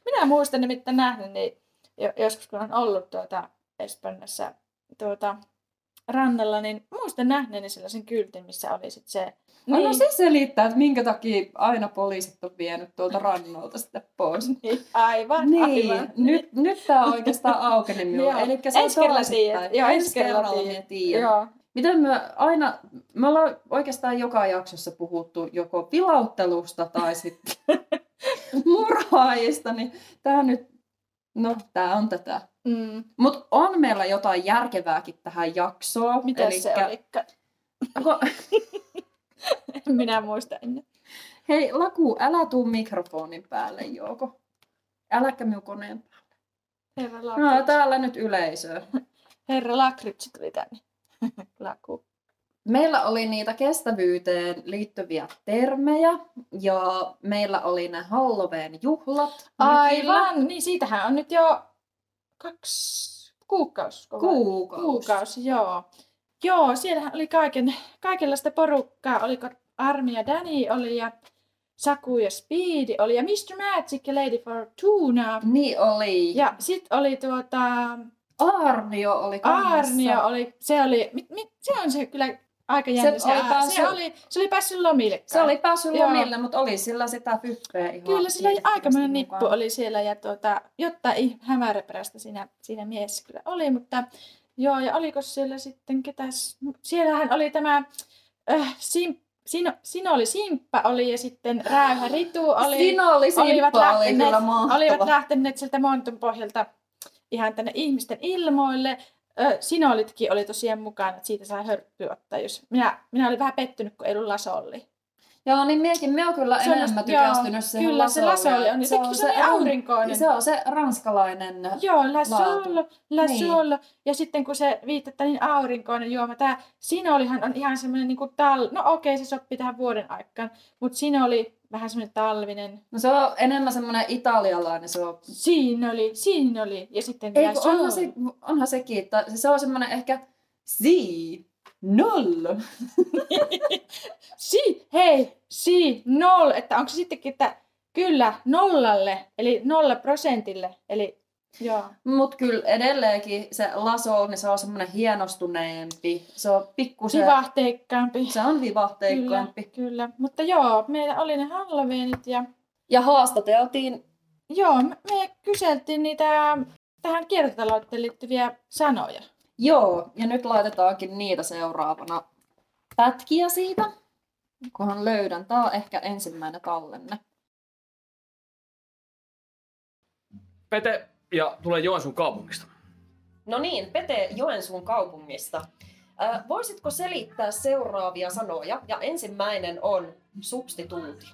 Speaker 1: Minä muistan nimittäin nähnyt, niin jo- joskus kun on ollut tuota Espanjassa tuota, rannalla, niin muistan nähneeni sellaisen kyltin, missä oli sit se...
Speaker 2: Niin. No se selittää, että minkä takia aina poliisit on vienyt tuolta rannolta sitten pois.
Speaker 1: Niin, aivan,
Speaker 2: Niin,
Speaker 1: aivan.
Speaker 2: nyt, nyt tämä oikeastaan aukeni minulle.
Speaker 1: Joo.
Speaker 2: Elikkä se on
Speaker 1: Ensi kerralla
Speaker 2: toisinpäin.
Speaker 1: tiedät. Joo, ensi kerralla
Speaker 2: minä
Speaker 1: tiedät.
Speaker 2: tiedän.
Speaker 1: Joo,
Speaker 2: Miten me aina, me ollaan oikeastaan joka jaksossa puhuttu joko pilauttelusta tai sitten [LAUGHS] murhaajista, niin tämä nyt, no tämä on tätä.
Speaker 1: mm,
Speaker 2: Mutta on meillä jotain järkevääkin tähän jaksoon.
Speaker 1: mitä Elikkä... se olikaan? [LAUGHS]
Speaker 2: oli?
Speaker 1: En Minä muista ennen.
Speaker 2: Hei, Laku, älä tuu mikrofonin päälle, Jouko. Äläkä minun koneen päälle.
Speaker 1: Herra
Speaker 2: No,
Speaker 1: Lakritsi.
Speaker 2: täällä nyt yleisö.
Speaker 1: Herra Lakritsi tuli tänne. [LAUGHS] Laku.
Speaker 2: Meillä oli niitä kestävyyteen liittyviä termejä ja meillä oli ne Halloween juhlat. mökillä.
Speaker 1: Aivan, niin siitähän on nyt jo kaksi kuukausi. kun vai-
Speaker 2: Kuukausi.
Speaker 1: Kuukausi, joo. Joo, siellähän oli kaiken, kaikenlaista porukkaa. Oliko Armi ja Dani oli ja Saku ja Speedy oli ja Mr. Magic ja Lady Fortuna.
Speaker 2: Niin oli.
Speaker 1: Ja sitten oli tuota,
Speaker 2: Arnio oli kannassa.
Speaker 1: Arnio oli, se oli, mit, mit, se on se kyllä aika jännä.
Speaker 2: oli
Speaker 1: Ar-
Speaker 2: päässyt-
Speaker 1: se, oli, se oli päässyt lomille. kai.
Speaker 2: Se oli päässyt
Speaker 1: Joo.
Speaker 2: lomille, mutta oli sillä sitä fyppeä ihan.
Speaker 1: Kyllä, sillä oli
Speaker 2: hirveästi
Speaker 1: aikamoinen nippu
Speaker 2: mukaan.
Speaker 1: oli siellä ja tuota, jotain hämäräperäistä siinä, siinä miessä kyllä oli, mutta joo, ja oliko siellä sitten ketäs? Siellähän oli tämä, äh, sim, Sino, Sino oli Simppa oli ja sitten Räyhä Ritu oli.
Speaker 2: Siinä oli
Speaker 1: olivat
Speaker 2: Sippa, oli
Speaker 1: lähteneet-
Speaker 2: kyllä mahtava.
Speaker 1: olivat lähteneet sieltä Montun pohjalta ihan tänne ihmisten ilmoille. Ö, Sinolitkin oli tosiaan mukana, että siitä sai hörppy ottaa. Jos... Minä, minä olin vähän pettynyt, kun ei ollut lasolli.
Speaker 2: Joo, niin miekin, me on kyllä
Speaker 1: Se on-
Speaker 2: enemmän
Speaker 1: joo,
Speaker 2: tykästynyt siihen
Speaker 1: Kyllä se lasolli on, niin se, on se, niin aurinkoinen.
Speaker 2: Se on se ranskalainen.
Speaker 1: Joo, la
Speaker 2: laatu.
Speaker 1: sol, la
Speaker 2: Niin.
Speaker 1: sol. Ja sitten kun se viittää niin aurinkoinen juoma, tämä sinolihan on ihan semmoinen niin tal... No okei, se sopii tähän vuoden aikaan, mutta sinoli vähän semmoinen talvinen.
Speaker 2: No se on enemmän semmoinen italialainen. Se on
Speaker 1: Sinoli, sinoli. Ja sitten
Speaker 2: Ei,
Speaker 1: vielä
Speaker 2: kun
Speaker 1: sol.
Speaker 2: onhan, se, onhan sekin, että se- se on semmoinen ehkä si noll.
Speaker 1: Si, hei, si, noll. Että onko se sittenkin, että kyllä, nollalle, eli nolla prosentille. Eli joo.
Speaker 2: Mutta kyllä edelleenkin se laso, niin se on semmoinen hienostuneempi. Se on pikkusen,
Speaker 1: Vivahteikkaampi.
Speaker 2: se on
Speaker 1: Kyllä,
Speaker 2: vivahteikkaampi.
Speaker 1: kyllä. Mutta joo, meillä oli ne Halloweenit ja
Speaker 2: Ja haastateltiin,
Speaker 1: Joo, me me kyseltiin niitä tähän kiertotalouteen liittyviä sanoja.
Speaker 2: joo, ja nyt laitetaankin niitä seuraavana pätkiä siitä, kunhan löydän. Tämä on ehkä ensimmäinen tallenne.
Speaker 3: Pete ja tulee Joensuun kaupungista.
Speaker 4: No niin, Pete Joensuun kaupungista. Ö, Voisitko selittää seuraavia sanoja? Ja ensimmäinen on substituutio.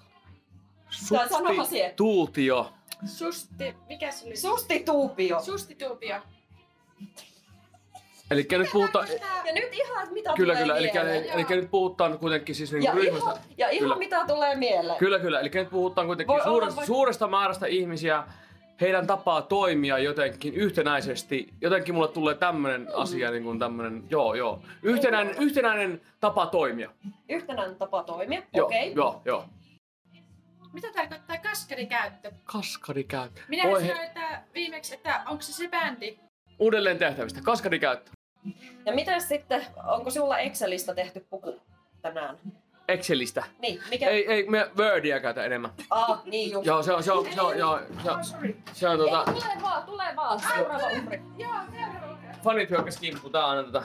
Speaker 4: Tää sanohan siellä.
Speaker 3: Tuutio.
Speaker 1: Susti, mikä se oli?
Speaker 4: Substituutio.
Speaker 1: Sustituutio.
Speaker 3: Eli nyt puhutaan...
Speaker 4: Ja nyt ihan että mitä
Speaker 3: Kyllä,
Speaker 4: tulee
Speaker 3: kyllä. Eli,
Speaker 4: mieleen.
Speaker 3: eli, eli nyt puhutaan kuitenkin siis
Speaker 4: Ja
Speaker 3: niinku ryhmästä.
Speaker 4: ihan, ja ihan
Speaker 3: Kyllä.
Speaker 4: mitä tulee mieleen.
Speaker 3: Kyllä, kyllä. Eli nyt puhutaan kuitenkin
Speaker 4: Voi olla
Speaker 3: suuresta,
Speaker 4: vaikka-
Speaker 3: suuresta määrästä ihmisiä, heidän tapaa toimia jotenkin yhtenäisesti. Jotenkin mulle tulee tämmönen
Speaker 4: Mm.
Speaker 3: asia, niin kuin tämmönen, joo joo. Yhtenäinen, yhtenäinen tapa toimia.
Speaker 2: Yhtenäinen tapa toimia,
Speaker 3: Joo,
Speaker 2: okei. Okay.
Speaker 3: joo, joo.
Speaker 1: Mitä tarkoittaa kaskarikäyttö?
Speaker 3: Kaskari käy.
Speaker 1: Minä
Speaker 3: Voi
Speaker 1: Voi
Speaker 3: he-
Speaker 1: sanoin että viimeksi, että onko se se bändi?
Speaker 3: Uudelleen tehtävistä. Kaskari käyttö.
Speaker 2: Ja miten sitten, onko sinulla Excelistä tehty puku tänään?
Speaker 3: Excelistä.
Speaker 2: Niin, mikä?
Speaker 3: Ei, ei, me Wordia käytä enemmän.
Speaker 2: Ah, niin just.
Speaker 3: Joo, se on, se on, se on, joo, se on,
Speaker 1: Oh, sorry.
Speaker 3: se on
Speaker 2: Ei,
Speaker 3: tota,
Speaker 2: Tule vaan, tule vaan. Seuraava uhri.
Speaker 1: Joo, seuraava.
Speaker 3: fanit hyökkäs kimppu, tää on aina tota,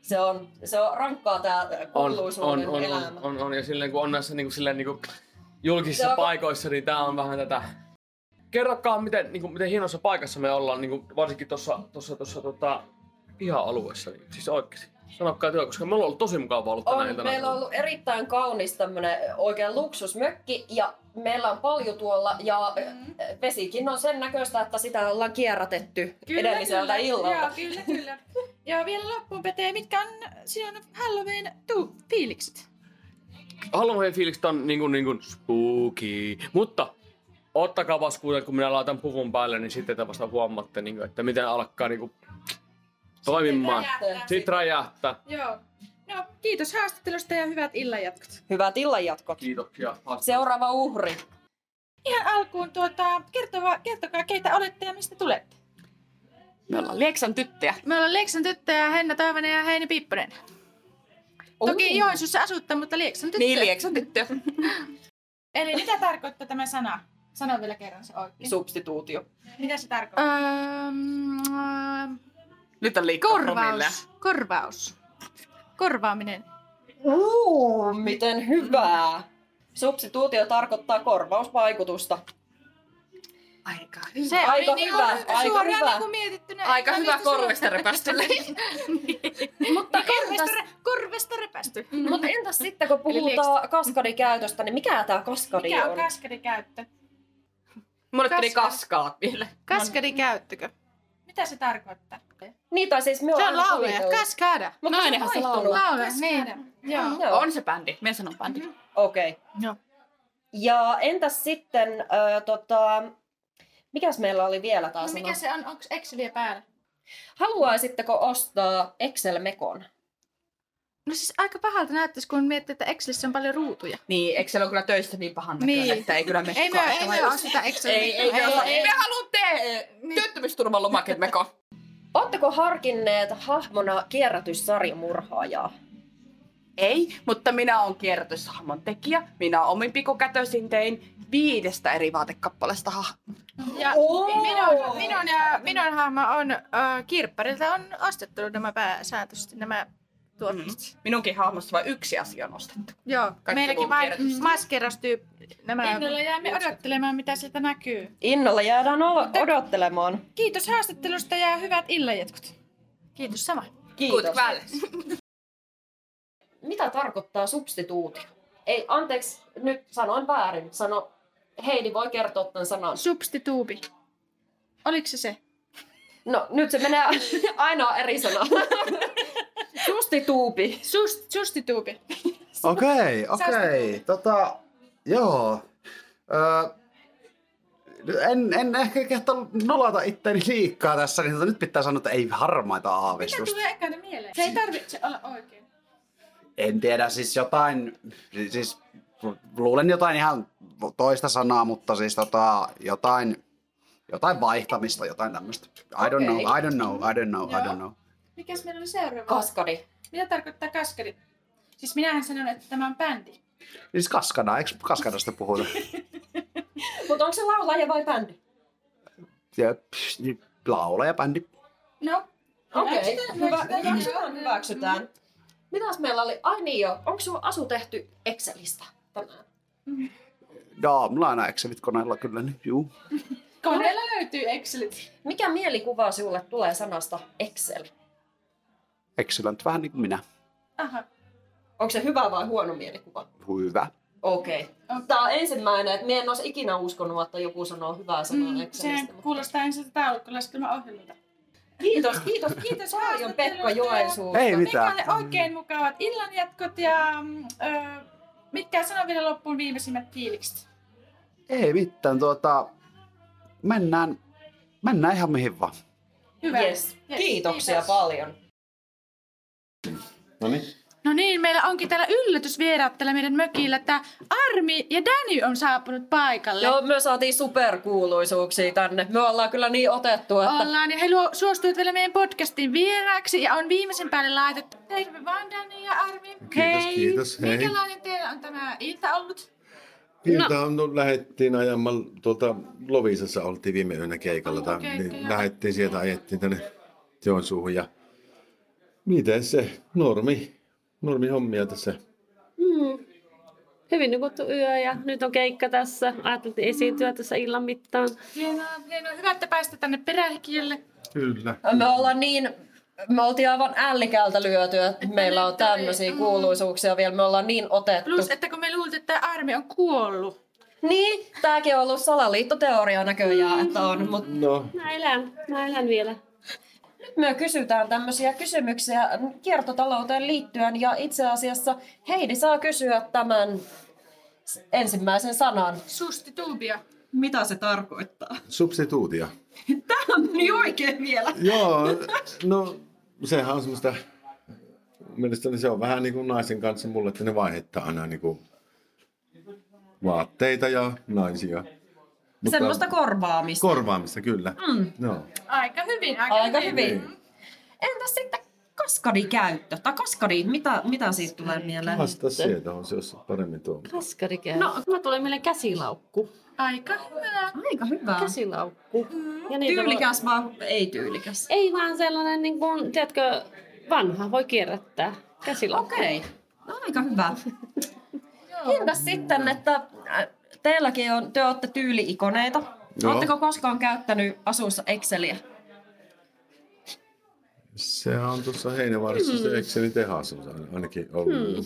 Speaker 2: Se on, se on rankkaa tää
Speaker 3: on, on,
Speaker 2: kuuluisuuden
Speaker 3: on,
Speaker 2: elämä.
Speaker 3: on, on, on, ja silleen kun on näissä niinku, silleen, niinku, julkisissa
Speaker 2: Joo.
Speaker 3: paikoissa, niin tää on vähän tätä. Kerrokaa, miten, niinku, miten hienossa paikassa me ollaan, niinku, varsinkin tuossa tossa, tossa, tota, ihan alueessa, niin, siis oikeesti. Sanokaa työ, koska me ollaan ollut tosi mukavaa ollut tänä
Speaker 2: On,
Speaker 3: iltana.
Speaker 2: meillä on ollut erittäin kaunis tämmönen oikein luksusmökki ja meillä on paljon tuolla ja
Speaker 1: Mm.
Speaker 2: äh, vesikin on sen näköistä, että sitä ollaan kierrätetty edelliseltä
Speaker 1: kyllä.
Speaker 2: illalta.
Speaker 1: Joo, kyllä, kyllä. ja vielä loppuun Pete, mitkä on sinun Halloween tuu fiilikset?
Speaker 3: Halloween fiilikset on niinku, niinku spooky, mutta ottakaa vaskuuteen, kun minä laitan puvun päälle, niin sitten te vasta huomaatte, niinku, että miten alkaa niinku, toimimaan.
Speaker 1: Räjähtää.
Speaker 3: Sitten räjähtää.
Speaker 1: Joo. No, kiitos haastattelusta ja hyvät illanjatkot.
Speaker 2: Hyvät illanjatkot.
Speaker 3: Kiitoksia.
Speaker 2: Seuraava uhri.
Speaker 1: Ihan alkuun tuota, kertova, kertokaa keitä olette ja mistä tulette.
Speaker 5: Me ollaan Lieksan tyttöjä.
Speaker 1: Me ollaan Lieksan tyttöjä, Henna Toivonen ja Heini Pipponen. Toki Joensuussa asutta, mutta Lieksan tyttöjä.
Speaker 5: Niin, Lieksan tyttöjä.
Speaker 1: Eli mitä tarkoittaa tämä sana? Sano vielä kerran se oikein.
Speaker 2: Substituutio.
Speaker 1: mitä se tarkoittaa? Ähm,
Speaker 5: Öm, Nyt on liikaa promillea.
Speaker 1: Korvaus. Korvaus. Korvaaminen.
Speaker 2: Uu, miten hyvää. Substituutio tarkoittaa korvausvaikutusta.
Speaker 5: Aika
Speaker 1: Se
Speaker 2: Aika
Speaker 1: oli
Speaker 2: hyvä,
Speaker 1: niinku,
Speaker 2: aika
Speaker 1: suoraan
Speaker 2: hyvä.
Speaker 1: Niinku mietittynä.
Speaker 5: Aika
Speaker 1: että
Speaker 5: hyvä
Speaker 1: mistä sulla-
Speaker 5: korvesta repästely.
Speaker 1: [LAUGHS]
Speaker 2: Mutta
Speaker 1: Niin. Korvesta,
Speaker 2: entäs,
Speaker 1: re- korvesta repästy.
Speaker 2: Mm-hmm. mutta entäs sitten, kun
Speaker 5: Eli
Speaker 2: puhutaan kaskadikäytöstä, niin mikä tämä kaskadi
Speaker 1: Mikä on
Speaker 2: on?
Speaker 1: kaskadikäyttö?
Speaker 5: Mulle tuli
Speaker 1: Kaska.
Speaker 5: kaskaat vielä.
Speaker 1: Kaskadikäyttökö? Mitä se tarkoittaa?
Speaker 2: Niin, tai siis me
Speaker 1: Se on
Speaker 2: aina
Speaker 1: lauleja.
Speaker 2: sovitellut.
Speaker 1: Kaskada.
Speaker 2: Mutta
Speaker 5: Nainenhan se
Speaker 2: vaihtunut.
Speaker 5: laulaa.
Speaker 1: Laulaja, niin. Joo.
Speaker 2: Joo.
Speaker 5: On se bändi. Me sanon bändi.
Speaker 2: Okei. Okay.
Speaker 1: Joo.
Speaker 2: Ja entäs sitten, äh, tota, mikäs meillä oli vielä
Speaker 1: No,
Speaker 2: taas?
Speaker 1: mikä se on? Onko Exceliä päällä?
Speaker 2: Haluaisitteko ostaa Excel-mekon?
Speaker 1: No siis aika pahalta näyttäisi, kun miettii, että Excelissä on paljon ruutuja.
Speaker 5: Niin, eikö se ole kyllä töissä niin pahan
Speaker 1: Niin.
Speaker 5: näköinen, että ei kyllä me
Speaker 1: Ei me, ei me ole sitä Exceliä.
Speaker 5: ei, ei, Niin. me olla-
Speaker 1: ei,
Speaker 5: Me haluamme te- työttömyysturvan lomaket meko.
Speaker 2: Oletteko harkinneet hahmona kierrätyssarjamurhaajaa?
Speaker 5: [LAUGHS] Ei, mutta minä olen kierrätyshahmon tekijä. Minä omin pikukätösin tein viidestä eri vaatekappaleesta hahmoa.
Speaker 1: Ja
Speaker 2: Oo!
Speaker 1: minun, minun, ja, minun hahmo on, äh, kirpparilta on ostettu nämä pääsääntöisesti nämä tuotteet. Mm.
Speaker 5: Minunkin hahmossa vain yksi asia on ostettu.
Speaker 1: Joo,
Speaker 5: Kaikki
Speaker 1: meilläkin
Speaker 5: muu
Speaker 1: vain
Speaker 5: kierrätystä.
Speaker 1: maskerastyyppi. Nämä... Innolla jäämme odottelemaan, mitä sieltä näkyy.
Speaker 2: Innolla jäädään ol- odottelemaan.
Speaker 1: Kiitos haastattelusta ja hyvät illanjatkot. Kiitos sama.
Speaker 5: Good
Speaker 2: Kiitos.
Speaker 5: balance.
Speaker 2: Mitä tarkoittaa substituutio? Ei, anteeksi, nyt sanoin väärin. Sano, Heidi voi kertoa tämän sanan.
Speaker 1: Substituubi. Oliko se se?
Speaker 2: No, nyt se menee [LAUGHS] aina eri [LAUGHS] sana. Substituupi.
Speaker 1: Sust, sustituubi.
Speaker 6: Okei, okei. Tota, joo. Öö, en, en ehkä kehtaa nolata itteeni liikkaa tässä, niin tota, nyt pitää sanoa, että ei harmaita
Speaker 1: Mitä
Speaker 6: aavistusta.
Speaker 1: tulee ekana mieleen? Se ei tarvitse olla oikein.
Speaker 6: En tiedä, siis jotain, siis luulen jotain ihan toista sanaa, mutta siis tota, jotain, jotain vaihtamista, jotain tämmöistä. I don't know, I don't know, I don't know, I
Speaker 1: Joo.
Speaker 6: don't know.
Speaker 1: Mikäs meillä oli seuraava?
Speaker 2: Kaskadi.
Speaker 1: Mitä tarkoittaa kaskari? Siis minähän sanon, että tämä on bändi.
Speaker 6: Siis kaskada, eikö kaskadasta puhuta?
Speaker 1: [LAUGHS]
Speaker 2: Mutta onko se laulaja vai bändi?
Speaker 6: Jep, laulaja, niin, bändi.
Speaker 1: No,
Speaker 2: Okei,
Speaker 1: Hyväksytään,
Speaker 2: hyvä,
Speaker 1: hyväksytään.
Speaker 2: hyväksytään,
Speaker 1: Joo.
Speaker 2: hyväksytään. Mitäs meillä oli? Ai niin joo, onko sulla asu tehty Excelistä tänään?
Speaker 6: Joo, mulla on aina Excelit koneella kyllä, niin juu.
Speaker 1: koneella löytyy Excelit.
Speaker 2: Mikä mielikuva sinulle tulee sanasta Excel?
Speaker 6: Excellent, vähän niin kuin minä.
Speaker 1: Aha.
Speaker 2: Onko se hyvä vai huono mielikuva?
Speaker 6: Hyvä.
Speaker 2: Okei. Okay. Tämä on ensimmäinen, että minä en olisi ikinä uskonut, että joku sanoo hyvää sanaa mm,
Speaker 1: Mm,
Speaker 2: Excelistä.
Speaker 1: sehän
Speaker 2: mutta-
Speaker 1: kuulostaa ensin taulukkolaskelmaohjelmalta.
Speaker 2: Kiitos, kiitos, kiitos paljon Pekka Joensuusta.
Speaker 6: Ei mit- Mitä?
Speaker 1: Mikä oli oikein mukavat illanjatkot ja mm, ö, mitkä sano vielä loppuun viimeisimmät fiilikset?
Speaker 6: Ei mitään, tuota, mennään Mennään ihan mihin vaan.
Speaker 4: Hyvä. Yes.
Speaker 1: Yes.
Speaker 4: Kiitoksia
Speaker 1: Kiitos.
Speaker 4: paljon.
Speaker 7: No niin.
Speaker 1: No niin, meillä onkin täällä yllätysvieraat täällä meidän mökillä, että Armi ja Danny on saapunut paikalle.
Speaker 4: Joo, me saatiin superkuuluisuuksia tänne. Me ollaan kyllä niin otettu, että...
Speaker 1: Ollaan, ja he luo, suostuivat vielä meidän podcastin vieraaksi ja on viimeisen päälle laitettu. Terve vaan Danny ja Armi. Kiitos,
Speaker 7: kiitos, hei.
Speaker 1: Minkälainen teillä on tämä ilta ollut?
Speaker 7: Ilta on, no, lähdettiin ajamaan, tuolta Lovisassa oltiin viime yönä keikalla, tai,
Speaker 1: Okei,
Speaker 7: niin
Speaker 1: kyllä.
Speaker 7: lähdettiin sieltä, ajettiin tänne Joensuuhun ja miten se normi, normi hommia tässä.
Speaker 8: Mm. Hyvin nukuttu yö ja nyt on keikka tässä. Ajateltiin esiintyä tässä illan mittaan.
Speaker 1: Hienoa, hienoa. Hyvä, että päästä tänne perähikielle.
Speaker 7: Kyllä.
Speaker 4: Me ollaan niin, me oltiin aivan ällikältä lyöty, että meillä on
Speaker 1: nyt ei-
Speaker 4: tämmöisiä
Speaker 1: mm.
Speaker 4: kuuluisuuksia vielä, me ollaan niin otettu.
Speaker 1: Plus, että kun me luultiin, että Armi on kuollut.
Speaker 4: Niin, tääkin on ollut salaliittoteoria näköjään, että on, mutta
Speaker 7: No,
Speaker 8: Mä elän, mä elän vielä.
Speaker 4: me kysytään tämmöisiä kysymyksiä kiertotalouteen liittyen ja itse asiassa Heidi saa kysyä tämän s- ensimmäisen sanan.
Speaker 1: Susti tuubia.
Speaker 9: Mitä se tarkoittaa? [LAUGHS]
Speaker 7: substituutia.
Speaker 9: Tämähän meni oikein vielä. [LAUGHS]
Speaker 7: Joo, no sehän on semmoista, mielestäni se on vähän niin kuin naisen kanssa mulle, että ne vaihdetaan aina niin kuin vaatteita ja naisia. Mutta-
Speaker 9: Semmoista korvaamista.
Speaker 7: Korvaamista, kyllä. Mm. No.
Speaker 1: Aika hyvin, aika,
Speaker 4: Aika
Speaker 1: hyvin.
Speaker 4: hyvin.
Speaker 9: Entäs sitten kaskadikäyttö? Tai kaskadi, mitä, mitä siitä tulee mieleen?
Speaker 7: Vasta sieltä on se, jos se paremmin tuo.
Speaker 8: Kaskari käy. No, mä tulee meille käsilaukku.
Speaker 1: Aika hyvä.
Speaker 9: Aika hyvä.
Speaker 8: Käsilaukku. Ja niitä
Speaker 9: Tyylikäs vaan ei tyylikäs.
Speaker 8: Voi... Ei vaan sellainen, niin kuin, tiedätkö, vanha voi kierrättää. Käsilaukku.
Speaker 9: Okei. No, aika hyvä.
Speaker 4: Entäs sitten, että äh, teilläkin on, te olette tyyliikoneita.
Speaker 7: Joo.
Speaker 4: Oletteko koskaan käyttänyt asuussa Exceliä?
Speaker 7: Se on tuossa Heinävaarassa mm. se Excelin tehas on ain- ainakin ollut. Mm.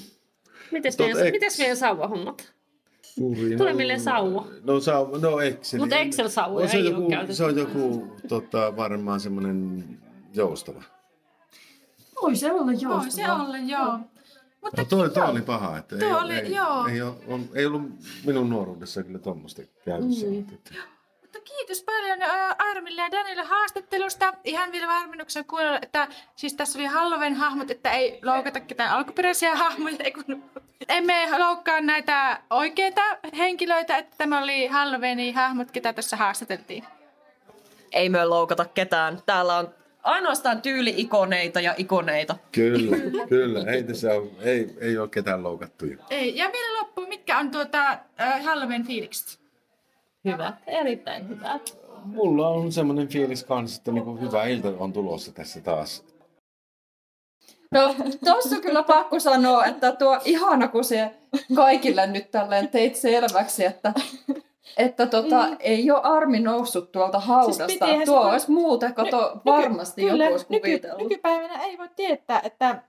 Speaker 8: Mites,
Speaker 7: Tot-
Speaker 8: meidän,
Speaker 7: eks-
Speaker 8: mites meidän sauvahommat?
Speaker 7: Suuri,
Speaker 8: Tulee mieleen sauva.
Speaker 7: No, sauva, no Excel.
Speaker 8: Mutta Excel-sauvoja
Speaker 7: on se
Speaker 8: ei ole
Speaker 7: joku,
Speaker 8: käytetty.
Speaker 7: Se on joku tota, varmaan semmoinen joustava.
Speaker 9: Voi se olla
Speaker 1: Voi se
Speaker 9: joustavaa.
Speaker 1: olla, joo. Mutta
Speaker 7: No toi, toi oli paha, että ei,
Speaker 1: Tuo oli-
Speaker 7: ei,
Speaker 1: joo.
Speaker 7: ei, ole, on, ei ollut minun nuoruudessa kyllä tuommoista käytössä. Mm.
Speaker 1: Mutta kiitos paljon ää, Armille ja Danille haastattelusta. Ihan vielä varmennuksen kuunnella, että siis tässä oli Halloween hahmot, että ei loukata ketään alkuperäisiä hahmoja. Ei kun, emme loukkaa näitä oikeita henkilöitä, että tämä oli Halloweenin hahmot, ketä tässä haastateltiin.
Speaker 4: Ei me loukata ketään. Täällä on ainoastaan tyyliikoneita ja ikoneita.
Speaker 7: Kyllä, kyllä. Ei, tässä ole, ei, ei ole ketään loukattuja.
Speaker 1: Ei, ja vielä loppuun, mitkä on tuota äh, Halloween fiilikset?
Speaker 8: Hyvät, erittäin hyvät.
Speaker 7: Mulla on semmoinen fiilis kanssa, että niinku hyvä ilta on tulossa tässä taas.
Speaker 2: No,
Speaker 4: Tuossa on kyllä pakko sanoa, että tuo
Speaker 2: ihana, kun se kaikille nyt tälleen teit selväksi, että, että tota,
Speaker 4: Niin.
Speaker 2: mm. ei ole armi noussut tuolta haudasta.
Speaker 1: Siis
Speaker 2: Siis
Speaker 1: pitihän se
Speaker 2: Tuo
Speaker 1: var-
Speaker 2: olisi muuten, kato, varmasti
Speaker 1: Kyllä,
Speaker 2: joku olisi
Speaker 1: nyky,
Speaker 2: kuvitellut.
Speaker 1: nykypäivänä ei voi tietää, että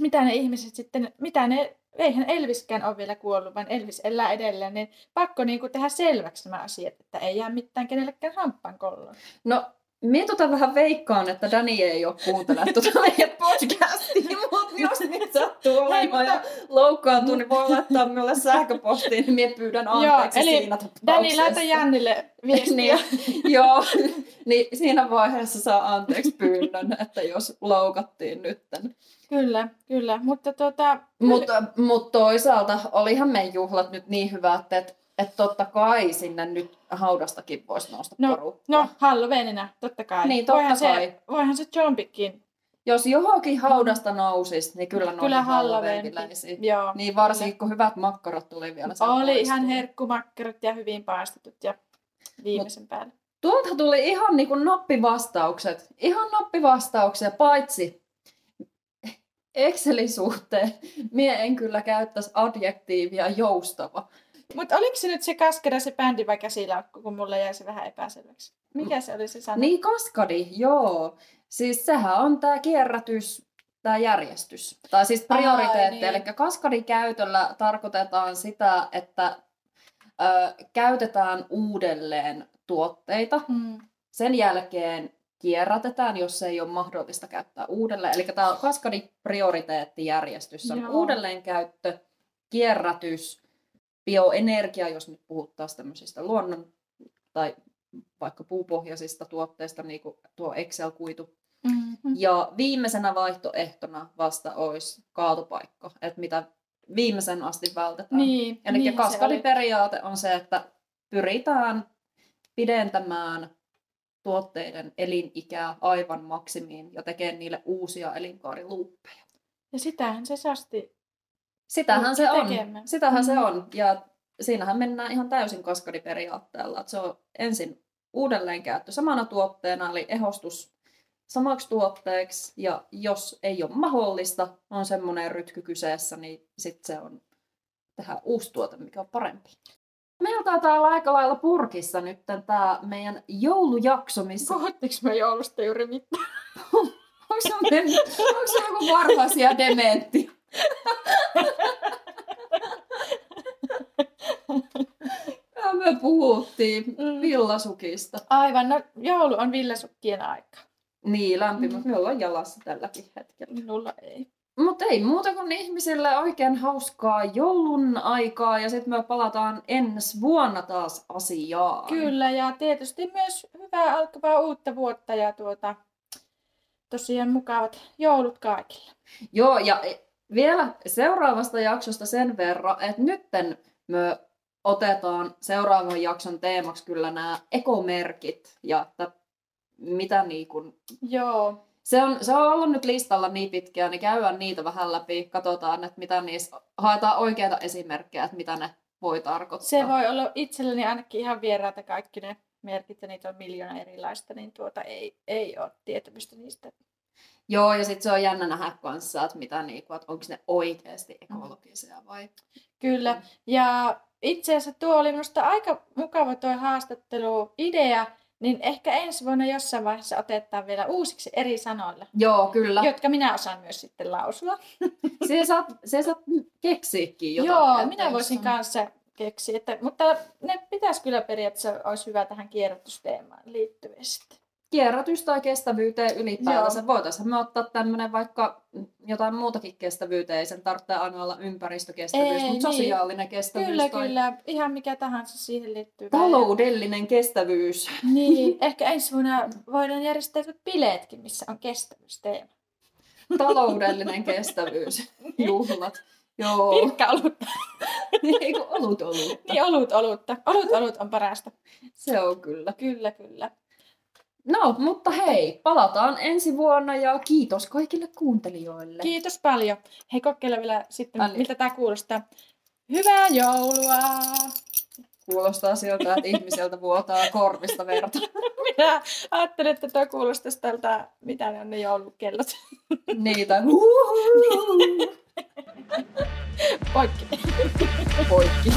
Speaker 1: mitä ne ihmiset sitten, mitä ne, eihän Elviskään ole vielä kuollut, vaan Elvis elää edelleen, niin pakko niin kuin tehdä selväksi nämä asiat, että ei jää mitään kenellekään ramppaan kolloon.
Speaker 2: No, minä tota vähän veikkaan, että Dani ei ole kuuntelemaan tuota meidän podcastia, mutta jos nyt sattuu olemaan ja loukkaantuu, niin voi laittaa minulle sähköpostiin, niin minä pyydän anteeksi
Speaker 1: Joo, eli
Speaker 2: siinä
Speaker 1: Dani, laita
Speaker 2: tapauksessa.
Speaker 1: Jannille viestiä.
Speaker 2: [LAUGHS] Niin, joo, niin siinä vaiheessa saa anteeksi pyynnön, että jos loukattiin nytten.
Speaker 1: kyllä, kyllä, mutta tuota,
Speaker 2: Mutta mut toisaalta olihan meidän juhlat nyt niin hyvät, että et totta kai sinne nyt haudastakin voisi nousta
Speaker 1: No,
Speaker 2: porukkaa.
Speaker 1: no Halloweenina, totta kai.
Speaker 2: Ah. Niin, totta
Speaker 1: voihan
Speaker 2: kai.
Speaker 1: Se, voihan se Jompikin.
Speaker 2: Jos johonkin haudasta nousis, niin kyllä
Speaker 1: Kyllä
Speaker 2: noihin
Speaker 1: Halloween.
Speaker 2: hallaventiläisiin.
Speaker 1: Joo.
Speaker 2: Niin varsinkin, kun hyvät makkarat tuli vielä sen
Speaker 1: Oli
Speaker 2: pois.
Speaker 1: ihan herkkumakkarat ja hyvin paistetut ja viimeisen päälle.
Speaker 2: Tuolta tuli ihan niin kuin nappivastaukset. Ihan nappivastauksia, paitsi Excelin suhteen. Mie en kyllä käyttäisi adjektiivia joustava.
Speaker 1: Mutta oliko se nyt se kaskera se bändi vai käsilaukku, kun mulle jäi se vähän epäselväksi? Mikä se oli se sana?
Speaker 2: Niin kaskadi, joo. Siis sehän on tämä kierrätys, tämä järjestys. Tai siis prioriteetti.
Speaker 1: Ai, niin.
Speaker 2: Eli kaskadin käytöllä tarkoitetaan sitä, että ö, käytetään uudelleen tuotteita
Speaker 1: Mm.
Speaker 2: Sen jälkeen kierrätetään, jos se ei ole mahdollista käyttää uudelleen. Eli tämä kaskadi prioriteettijärjestys Se on
Speaker 1: Joo.
Speaker 2: uudelleenkäyttö, kierrätys, bioenergia, jos nyt puhuttaisiin tämmöisistä luonnon tai vaikka puupohjaisista tuotteista, niin kuin tuo Excel-kuitu.
Speaker 1: Mm-hmm.
Speaker 2: Ja viimeisenä vaihtoehtona vasta olisi kaatopaikka, että mitä viimeisen asti vältetään.
Speaker 1: Niin,
Speaker 2: Eli
Speaker 1: niin
Speaker 2: niin
Speaker 1: se oli.
Speaker 2: kaskadiperiaate on se, että pyritään pidentämään tuotteiden elinikää aivan maksimiin ja tekemään niille uusia elinkaariluuppeja.
Speaker 1: Ja sitähän se sasti.
Speaker 2: Sitähän se on.
Speaker 1: Tekemään.
Speaker 2: Sitähän se
Speaker 1: Mm.
Speaker 2: on. Ja siinähän mennään ihan täysin kaskadiperiaatteella. Että se on ensin uudelleenkäyttö samana tuotteena, eli ehostus samaksi tuotteeksi. Ja jos ei ole mahdollista, on semmoinen rytky kyseessä, niin sitten se on tehdä uusi tuote, mikä on parempi. Meillä taitaa olla aika lailla purkissa nyt tämä meidän joulujakso, missä
Speaker 1: Puhuttiinko me joulusta juuri mitään?
Speaker 2: Onko se, mennyt, onko se joku varhaisia dementti? Ja me puhuttiin
Speaker 1: Mm.
Speaker 2: villasukista.
Speaker 1: Aivan, no joulu on villasukkien aika.
Speaker 2: Niin,
Speaker 1: Mm.
Speaker 2: lämpimät. Me ollaan jalassa tälläkin hetkellä.
Speaker 1: Minulla ei.
Speaker 2: Mutta ei muuta kuin ihmisille oikein hauskaa joulun aikaa ja sitten me palataan ensi vuonna taas asiaan.
Speaker 1: Kyllä, ja tietysti myös hyvää alkavaa uutta vuotta ja tuota, tosiaan mukavat joulut kaikille.
Speaker 2: Joo, ja e, vielä seuraavasta jaksosta sen verran, että nytten me otetaan seuraavan jakson teemaksi kyllä nämä ekomerkit ja että mitä niin kun...
Speaker 1: Joo,
Speaker 2: Se on, se on ollut nyt listalla niin pitkään, niin käydään niitä vähän läpi, katsotaan, että mitä niissä, haetaan oikeita esimerkkejä, että mitä ne voi tarkoittaa.
Speaker 1: se voi olla itselleni ainakin ihan vieraita kaikki ne merkit, ja niitä on miljoona erilaista, niin tuota ei, ei ole tietämystä niistä.
Speaker 2: Joo, ja sitten se on jännä nähdä kanssa, että, mitä niinku, että onko ne oikeasti
Speaker 1: Mm.
Speaker 2: ekologisia vai...
Speaker 1: Kyllä, ja itse asiassa tuo oli minusta aika mukava tuo haastatteluidea, niin ehkä ensi vuonna jossain vaiheessa otetaan vielä uusiksi eri sanoilla,
Speaker 2: Joo, kyllä.
Speaker 1: jotka minä osaan myös sitten lausua.
Speaker 2: Se saat, se saat keksiäkin jotain.
Speaker 1: Joo,
Speaker 2: että
Speaker 1: minä
Speaker 2: jos
Speaker 1: voisin
Speaker 2: on-
Speaker 1: kanssa keksiä, että, mutta ne pitäisi kyllä periaatteessa olisi hyvä tähän kierrätysteemaan liittyen sitten.
Speaker 2: kierrätys tai kestävyyteen ylipäätänsä.
Speaker 1: Joo.
Speaker 2: Voitaisiin me ottaa tämmöinen vaikka jotain muutakin kestävyyteen, ei sen tarvitse aina olla ympäristökestävyys,
Speaker 1: Ei,
Speaker 2: mutta
Speaker 1: niin.
Speaker 2: sosiaalinen kestävyys
Speaker 1: Kyllä,
Speaker 2: tai
Speaker 1: kyllä. Ihan mikä tahansa siihen liittyy.
Speaker 2: taloudellinen
Speaker 1: [LAUGHS]
Speaker 2: kestävyys.
Speaker 1: Niin, ehkä ensi vuonna voidaan järjestää jotkut bileetkin, missä on kestävyysteema.
Speaker 2: Taloudellinen kestävyys.
Speaker 1: Niin.
Speaker 2: Juhlat. Joo, Niin,
Speaker 1: Pirkka
Speaker 2: [LAUGHS]
Speaker 1: olutta.
Speaker 2: eikö ollut ollut?
Speaker 1: Niin, olut olutta. Olut olut on parasta.
Speaker 2: Se on kyllä.
Speaker 1: Kyllä, kyllä.
Speaker 2: No, mutta hei, palataan ensi vuonna ja kiitos kaikille kuuntelijoille.
Speaker 1: Kiitos paljon. Hei, kokeile vielä sitten,
Speaker 2: Anni.
Speaker 1: miltä tämä kuulostaa. Hyvää joulua! [LAUGHS]
Speaker 2: Kuulostaa siltä, että ihmiseltä vuotaa
Speaker 1: [LAUGHS]
Speaker 2: korvista verta.
Speaker 1: Minä ajattelin, että tuo kuulostaisi tältä, mitä ne on ne joulukellot.
Speaker 2: Niitä.
Speaker 1: Niin.
Speaker 2: Huhuhu.
Speaker 1: Poikki.
Speaker 2: Poikki.